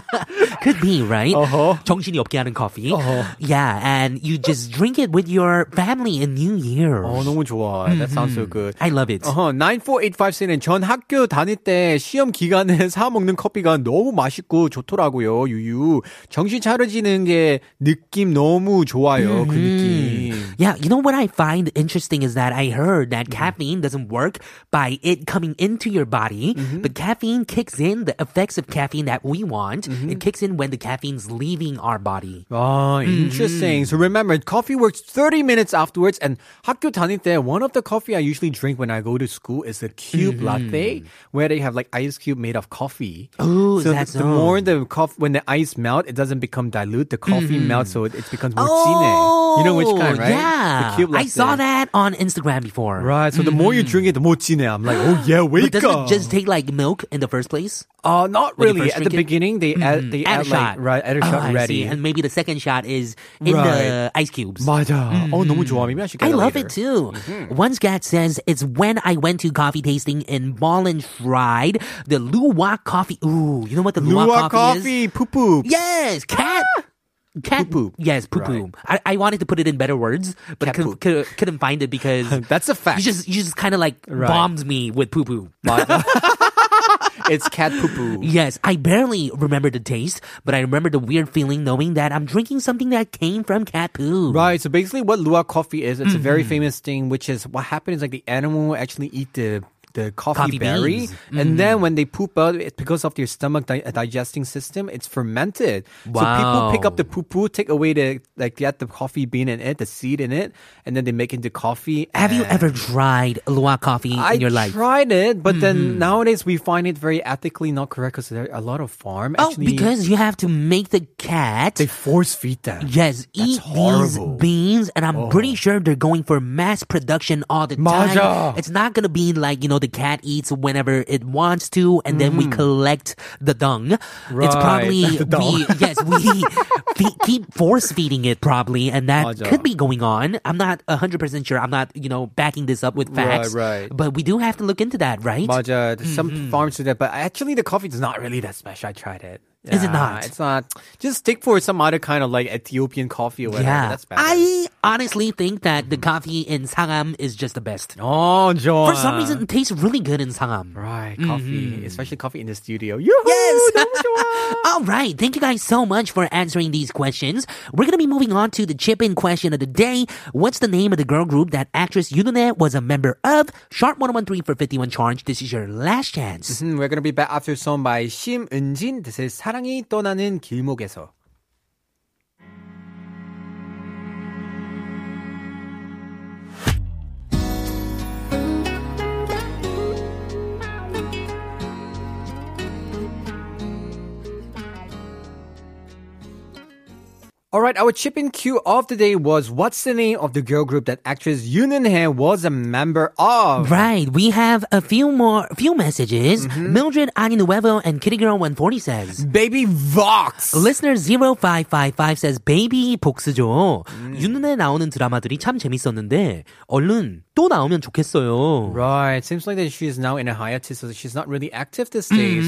Speaker 2: Could be, right? Uh-huh. 정신이 없게 하는 coffee.
Speaker 1: Uh-huh.
Speaker 2: Yeah, and you just drink it with your family in New Year.
Speaker 1: 어, 너무 좋아. That sounds so good.
Speaker 2: I love it.
Speaker 1: 어허, 9485c는 전 학교 다닐 때 시험 기간에 사 먹는 커피가 너무 맛있고 좋더라고요. 유유. 정신 차려지는 게 느낌 너무 좋아요. 그 느낌.
Speaker 2: Yeah, you know what I find interesting is that I heard
Speaker 1: Mm-hmm.
Speaker 2: that caffeine doesn't work by it coming into your body,
Speaker 1: Mm-hmm.
Speaker 2: but caffeine kicks in the effects of caffeine that we want.
Speaker 1: Mm-hmm.
Speaker 2: It kicks in when the caffeine's leaving our body.
Speaker 1: Ah, interesting.
Speaker 2: Mm-hmm.
Speaker 1: So remember, coffee works 30 minutes afterwards. And 학교 다닐 때, one of the coffee I usually drink when I go to school is a
Speaker 2: Mm-hmm.
Speaker 1: cube latte, where they have like ice cube made of coffee.
Speaker 2: Ooh,
Speaker 1: so
Speaker 2: that's
Speaker 1: the more the coffee, when the ice melt, it doesn't become dilute. The coffee
Speaker 2: Mm-hmm.
Speaker 1: melts, so it, it becomes more 진해. You know which kind, right?
Speaker 2: Oh, Yeah,
Speaker 1: The cube latte.
Speaker 2: I saw that on Instagram before.
Speaker 1: Right. So the more you drink it, the more 진해. I'm like, oh yeah, wake
Speaker 2: But doesn't
Speaker 1: up.
Speaker 2: it just take like milk in the first place?
Speaker 1: uh, not
Speaker 2: when you
Speaker 1: really.
Speaker 2: first
Speaker 1: At the
Speaker 2: drink it?
Speaker 1: beginning,
Speaker 2: Mm-hmm.
Speaker 1: they add they add,
Speaker 2: Add a shot,
Speaker 1: like right add a
Speaker 2: Oh,
Speaker 1: shot
Speaker 2: I
Speaker 1: ready.
Speaker 2: see. and maybe the second shot is in the ice cubes.
Speaker 1: 맞아. Oh, 너무 좋아. Maybe I should get Mm-hmm.
Speaker 2: Mm-hmm. I
Speaker 1: it
Speaker 2: love
Speaker 1: later.
Speaker 2: it too. One scat says it's when I went to coffee tasting in Ball and Fried, the Luwak coffee. Ooh, you know what the Luwak,
Speaker 1: Lua
Speaker 2: coffee, is?
Speaker 1: coffee, poo poo.
Speaker 2: Yes, cat. Cat
Speaker 1: Poo-poo.
Speaker 2: Yes, poo poo. I, I wanted to put it in better words, but I
Speaker 1: Cat
Speaker 2: couldn't,
Speaker 1: poop.
Speaker 2: could, couldn't find it because
Speaker 1: That's a fact.
Speaker 2: you just you just kind of like
Speaker 1: Right.
Speaker 2: bombed me with poo poo.
Speaker 1: it's cat poo poo.
Speaker 2: Yes, I barely remember the taste, but I remember the weird feeling knowing that I'm drinking something that came from cat poo.
Speaker 1: Right, so
Speaker 2: Mm-hmm.
Speaker 1: basically what luwak coffee is, it's a very famous thing, which is what happens is like the animal actually eat the the coffee,
Speaker 2: Coffee
Speaker 1: berry,
Speaker 2: beans. Mm-hmm.
Speaker 1: and then when they poop out, it's because of their stomach di- digesting system, it's fermented. So people pick
Speaker 2: Wow.
Speaker 1: up the poo poo, take away the like get the coffee bean in it, the seed in it, and then they make into coffee.
Speaker 2: Have you
Speaker 1: and-
Speaker 2: ever tried luwak coffee
Speaker 1: I
Speaker 2: in your life? Mm-hmm.
Speaker 1: tried it, but then nowadays we find it very ethically not correct because there are a lot of farm.
Speaker 2: Oh,
Speaker 1: actually,
Speaker 2: because you have to make the cat. They
Speaker 1: force feed them.
Speaker 2: Yes, eat
Speaker 1: horrible. Oh.
Speaker 2: these beans, and I'm pretty sure they're going for mass production all the time.
Speaker 1: 맞아.
Speaker 2: It's not gonna be like you know the cat eats whenever it wants to, and then we collect the dung.
Speaker 1: Mm. Right.
Speaker 2: It's probably
Speaker 1: The dung.
Speaker 2: we yes we fe- keep force feeding it probably, and that
Speaker 1: 맞아.
Speaker 2: could be going on. I'm not hundred percent sure. I'm not you know backing this up with facts.
Speaker 1: Right, right.
Speaker 2: But we do have to look into that, right?
Speaker 1: Maja, some
Speaker 2: Mm-hmm.
Speaker 1: farms do that, but actually the coffee is not really that special. I tried it.
Speaker 2: Is it
Speaker 1: Yeah,
Speaker 2: not?
Speaker 1: It's not. Just stick for some other kind of like Ethiopian coffee or whatever.
Speaker 2: Yeah,
Speaker 1: That's better.
Speaker 2: I honestly think that the coffee in Sangam is just the best.
Speaker 1: oh, John.
Speaker 2: For some reason, Mm-hmm. it tastes really good in Sangam.
Speaker 1: Right, coffee, especially coffee in the studio. Yoo-hoo!
Speaker 2: All right, thank you guys so much for answering these questions. We're gonna be moving on to the chip-in question of the day. What's the name of the girl group that actress Yunone was a member of? Sharp 1013 for 51 charge. This is your last chance.
Speaker 1: Mhm, We're gonna be back after song by Shim Eunjin. This is 사랑이 떠나는 길목에서. Alright, our chip in cue of the day was what's the name of the girl group that actress Yoon Eun-hye was a member of?
Speaker 2: Right, we have a few more few messages.
Speaker 1: Mm-hmm.
Speaker 2: Mildred Aninuevo and Kitty Girl 140 says.
Speaker 1: Baby Vox!
Speaker 2: Listener 0555 says 베이비 복스죠. 윤은에 나오는 드라마들이 참 재밌었는데 얼른 또 나오면 좋겠어요.
Speaker 1: Right. Seems like that she is now in a hiatus, so she's not really active these days.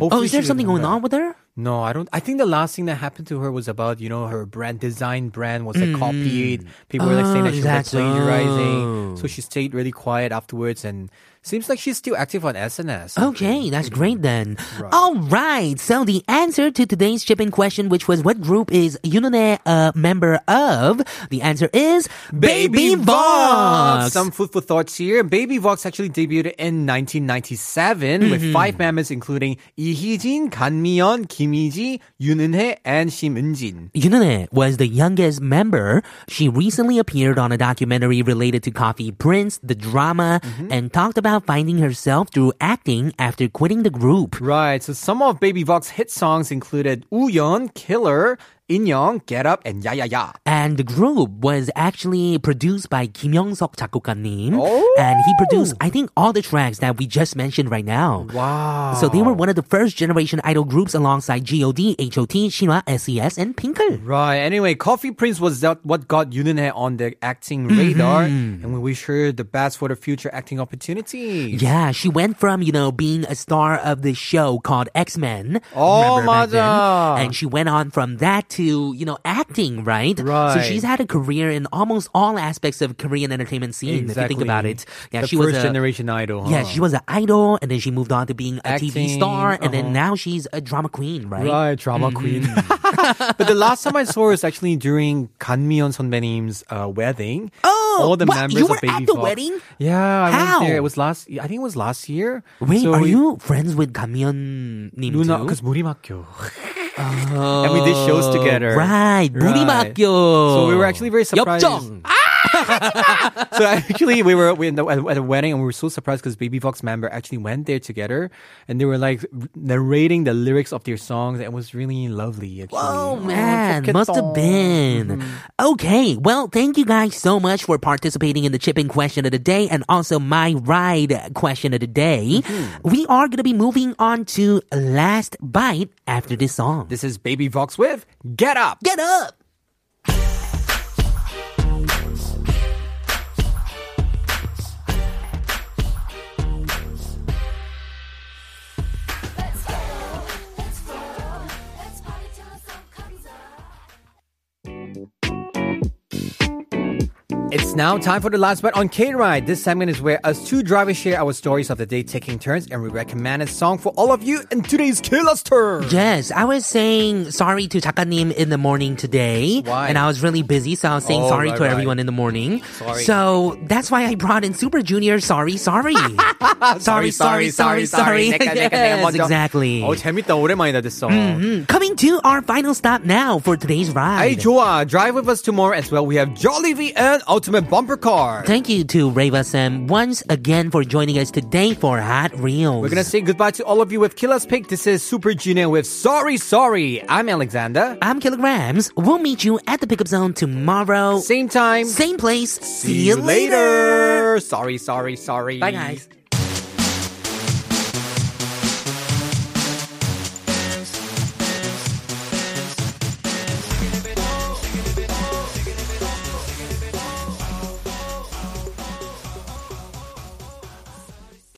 Speaker 2: Oh,
Speaker 1: Hopefully
Speaker 2: is there
Speaker 1: she
Speaker 2: something going on
Speaker 1: remember.
Speaker 2: with her?
Speaker 1: No, I don't. I think the last thing that happened to her was about you know her brand design brand was like copied. People were like saying that she was like,
Speaker 2: Ah, Mm. that's- oh.
Speaker 1: plagiarizing, so she stayed really quiet afterwards. And seems like she's still active on SNS.
Speaker 2: Okay, that's great then. All right, so the answer to today's shipping question, which was what group is Yunone a member of? The answer is Baby Vox.
Speaker 1: Some food for thoughts here. Baby Vox actually debuted in 1997
Speaker 2: Mm-hmm.
Speaker 1: with five members including 이희진, 간미연, 김희지, 윤은혜, and 심은진.
Speaker 2: Yunane was the youngest member. She recently appeared on a documentary related to Coffee Prince, the drama,
Speaker 1: Mm-hmm.
Speaker 2: and talked about finding herself through acting after quitting the group.
Speaker 1: Right. So some of Baby Vox's hit songs included 우연, Killer, 인형, Get Up, and 야야야.
Speaker 2: And the group was actually produced by Kim Young Suk 작곡가님,
Speaker 1: Oh!
Speaker 2: and he produced, I think, all the tracks that we just mentioned right now.
Speaker 1: Wow.
Speaker 2: So they were one of the first generation idol groups alongside G.O.D., H.O.T., Shinhwa, S.E.S., E and Pinkle.
Speaker 1: Right. Anyway, Coffee Prince was that what got Yoonhae on the acting radar,
Speaker 2: Mm-hmm.
Speaker 1: and we wish her the best for the future acting opportunities.
Speaker 2: Yeah, she went from, you know, being a star of the show called X-Men.
Speaker 1: Oh,
Speaker 2: remember back then?
Speaker 1: 맞아.
Speaker 2: And she went on from that to, you know, acting, right? So
Speaker 1: Right.
Speaker 2: she's had a career in almost all aspects of Korean entertainment scene, if you think
Speaker 1: Exactly.
Speaker 2: about it. Yeah,
Speaker 1: the
Speaker 2: she
Speaker 1: first
Speaker 2: was a,
Speaker 1: generation idol. Huh?
Speaker 2: Yeah, she was an idol, and then she moved on to being a TV
Speaker 1: Acting,
Speaker 2: star, and then
Speaker 1: uh-huh.
Speaker 2: now she's a drama queen, right?
Speaker 1: Right, drama queen. but the last time I saw her was actually during Ganmyeon Sonbae님's uh, wedding.
Speaker 2: Oh,
Speaker 1: all the
Speaker 2: what?
Speaker 1: members
Speaker 2: You
Speaker 1: of
Speaker 2: were
Speaker 1: Baby
Speaker 2: at the
Speaker 1: Vox.
Speaker 2: wedding?
Speaker 1: Yeah, I
Speaker 2: How?
Speaker 1: went there. It was last. I think it was last year.
Speaker 2: Wait,
Speaker 1: So
Speaker 2: are
Speaker 1: we-
Speaker 2: you friends with Gamyeon Nim
Speaker 1: Luna?
Speaker 2: too?
Speaker 1: Because Murimakyo. and we did
Speaker 2: Oh.
Speaker 1: shows together.
Speaker 2: Right,
Speaker 1: Right.
Speaker 2: 무리막교.
Speaker 1: So we were actually very surprised.
Speaker 2: 엽정.
Speaker 1: so actually, we were we in the, at at a wedding and we were so surprised because Baby Vox member actually went there together and they were like narrating the lyrics of their songs. It was really lovely. Actually.
Speaker 2: Oh man,
Speaker 1: 좋겠다.
Speaker 2: must have been.
Speaker 1: Mm-hmm.
Speaker 2: Okay, well, thank you guys so much for participating in the chip in question of the day and also my ride question of the day.
Speaker 1: Mm-hmm.
Speaker 2: We are going to be moving on to last bite after this song.
Speaker 1: This is Baby Vox with Get Up.
Speaker 2: Get up!
Speaker 1: It's now time for the last bet on K Ride. This segment is where us two drivers share our stories of the day, taking turns, and we recommend a song for all of you. And today's Kayla's turn.
Speaker 2: Yes, I was saying sorry to Takanim in the morning today.
Speaker 1: Why?
Speaker 2: And I was really busy, so I was saying
Speaker 1: Oh,
Speaker 2: sorry
Speaker 1: right,
Speaker 2: to
Speaker 1: right.
Speaker 2: everyone in the morning.
Speaker 1: Sorry.
Speaker 2: So that's why I brought in Super Junior. Sorry, sorry.
Speaker 1: sorry, sorry, sorry, sorry. 내가, 내가, 내가
Speaker 2: yes,
Speaker 1: 먼저.
Speaker 2: exactly.
Speaker 1: 어 재밌다 오랜만이다 this song.
Speaker 2: Mhm. Coming to our final stop now for today's
Speaker 1: Hey,
Speaker 2: ride.
Speaker 1: Joa, drive with us tomorrow as well. We have Jollibee and Ultimate Bumper Car.
Speaker 2: Thank you to Reva Sam once again for joining us today for Hot Reels.
Speaker 1: We're gonna say goodbye to all of you with Killer's Pick. This is Super Junior with Sorry, Sorry. I'm Alexander.
Speaker 2: I'm Kilograms. We'll meet you at the pickup zone tomorrow.
Speaker 1: Same time.
Speaker 2: Same place. See,
Speaker 1: See you later. Sorry, sorry, sorry.
Speaker 2: Bye, guys.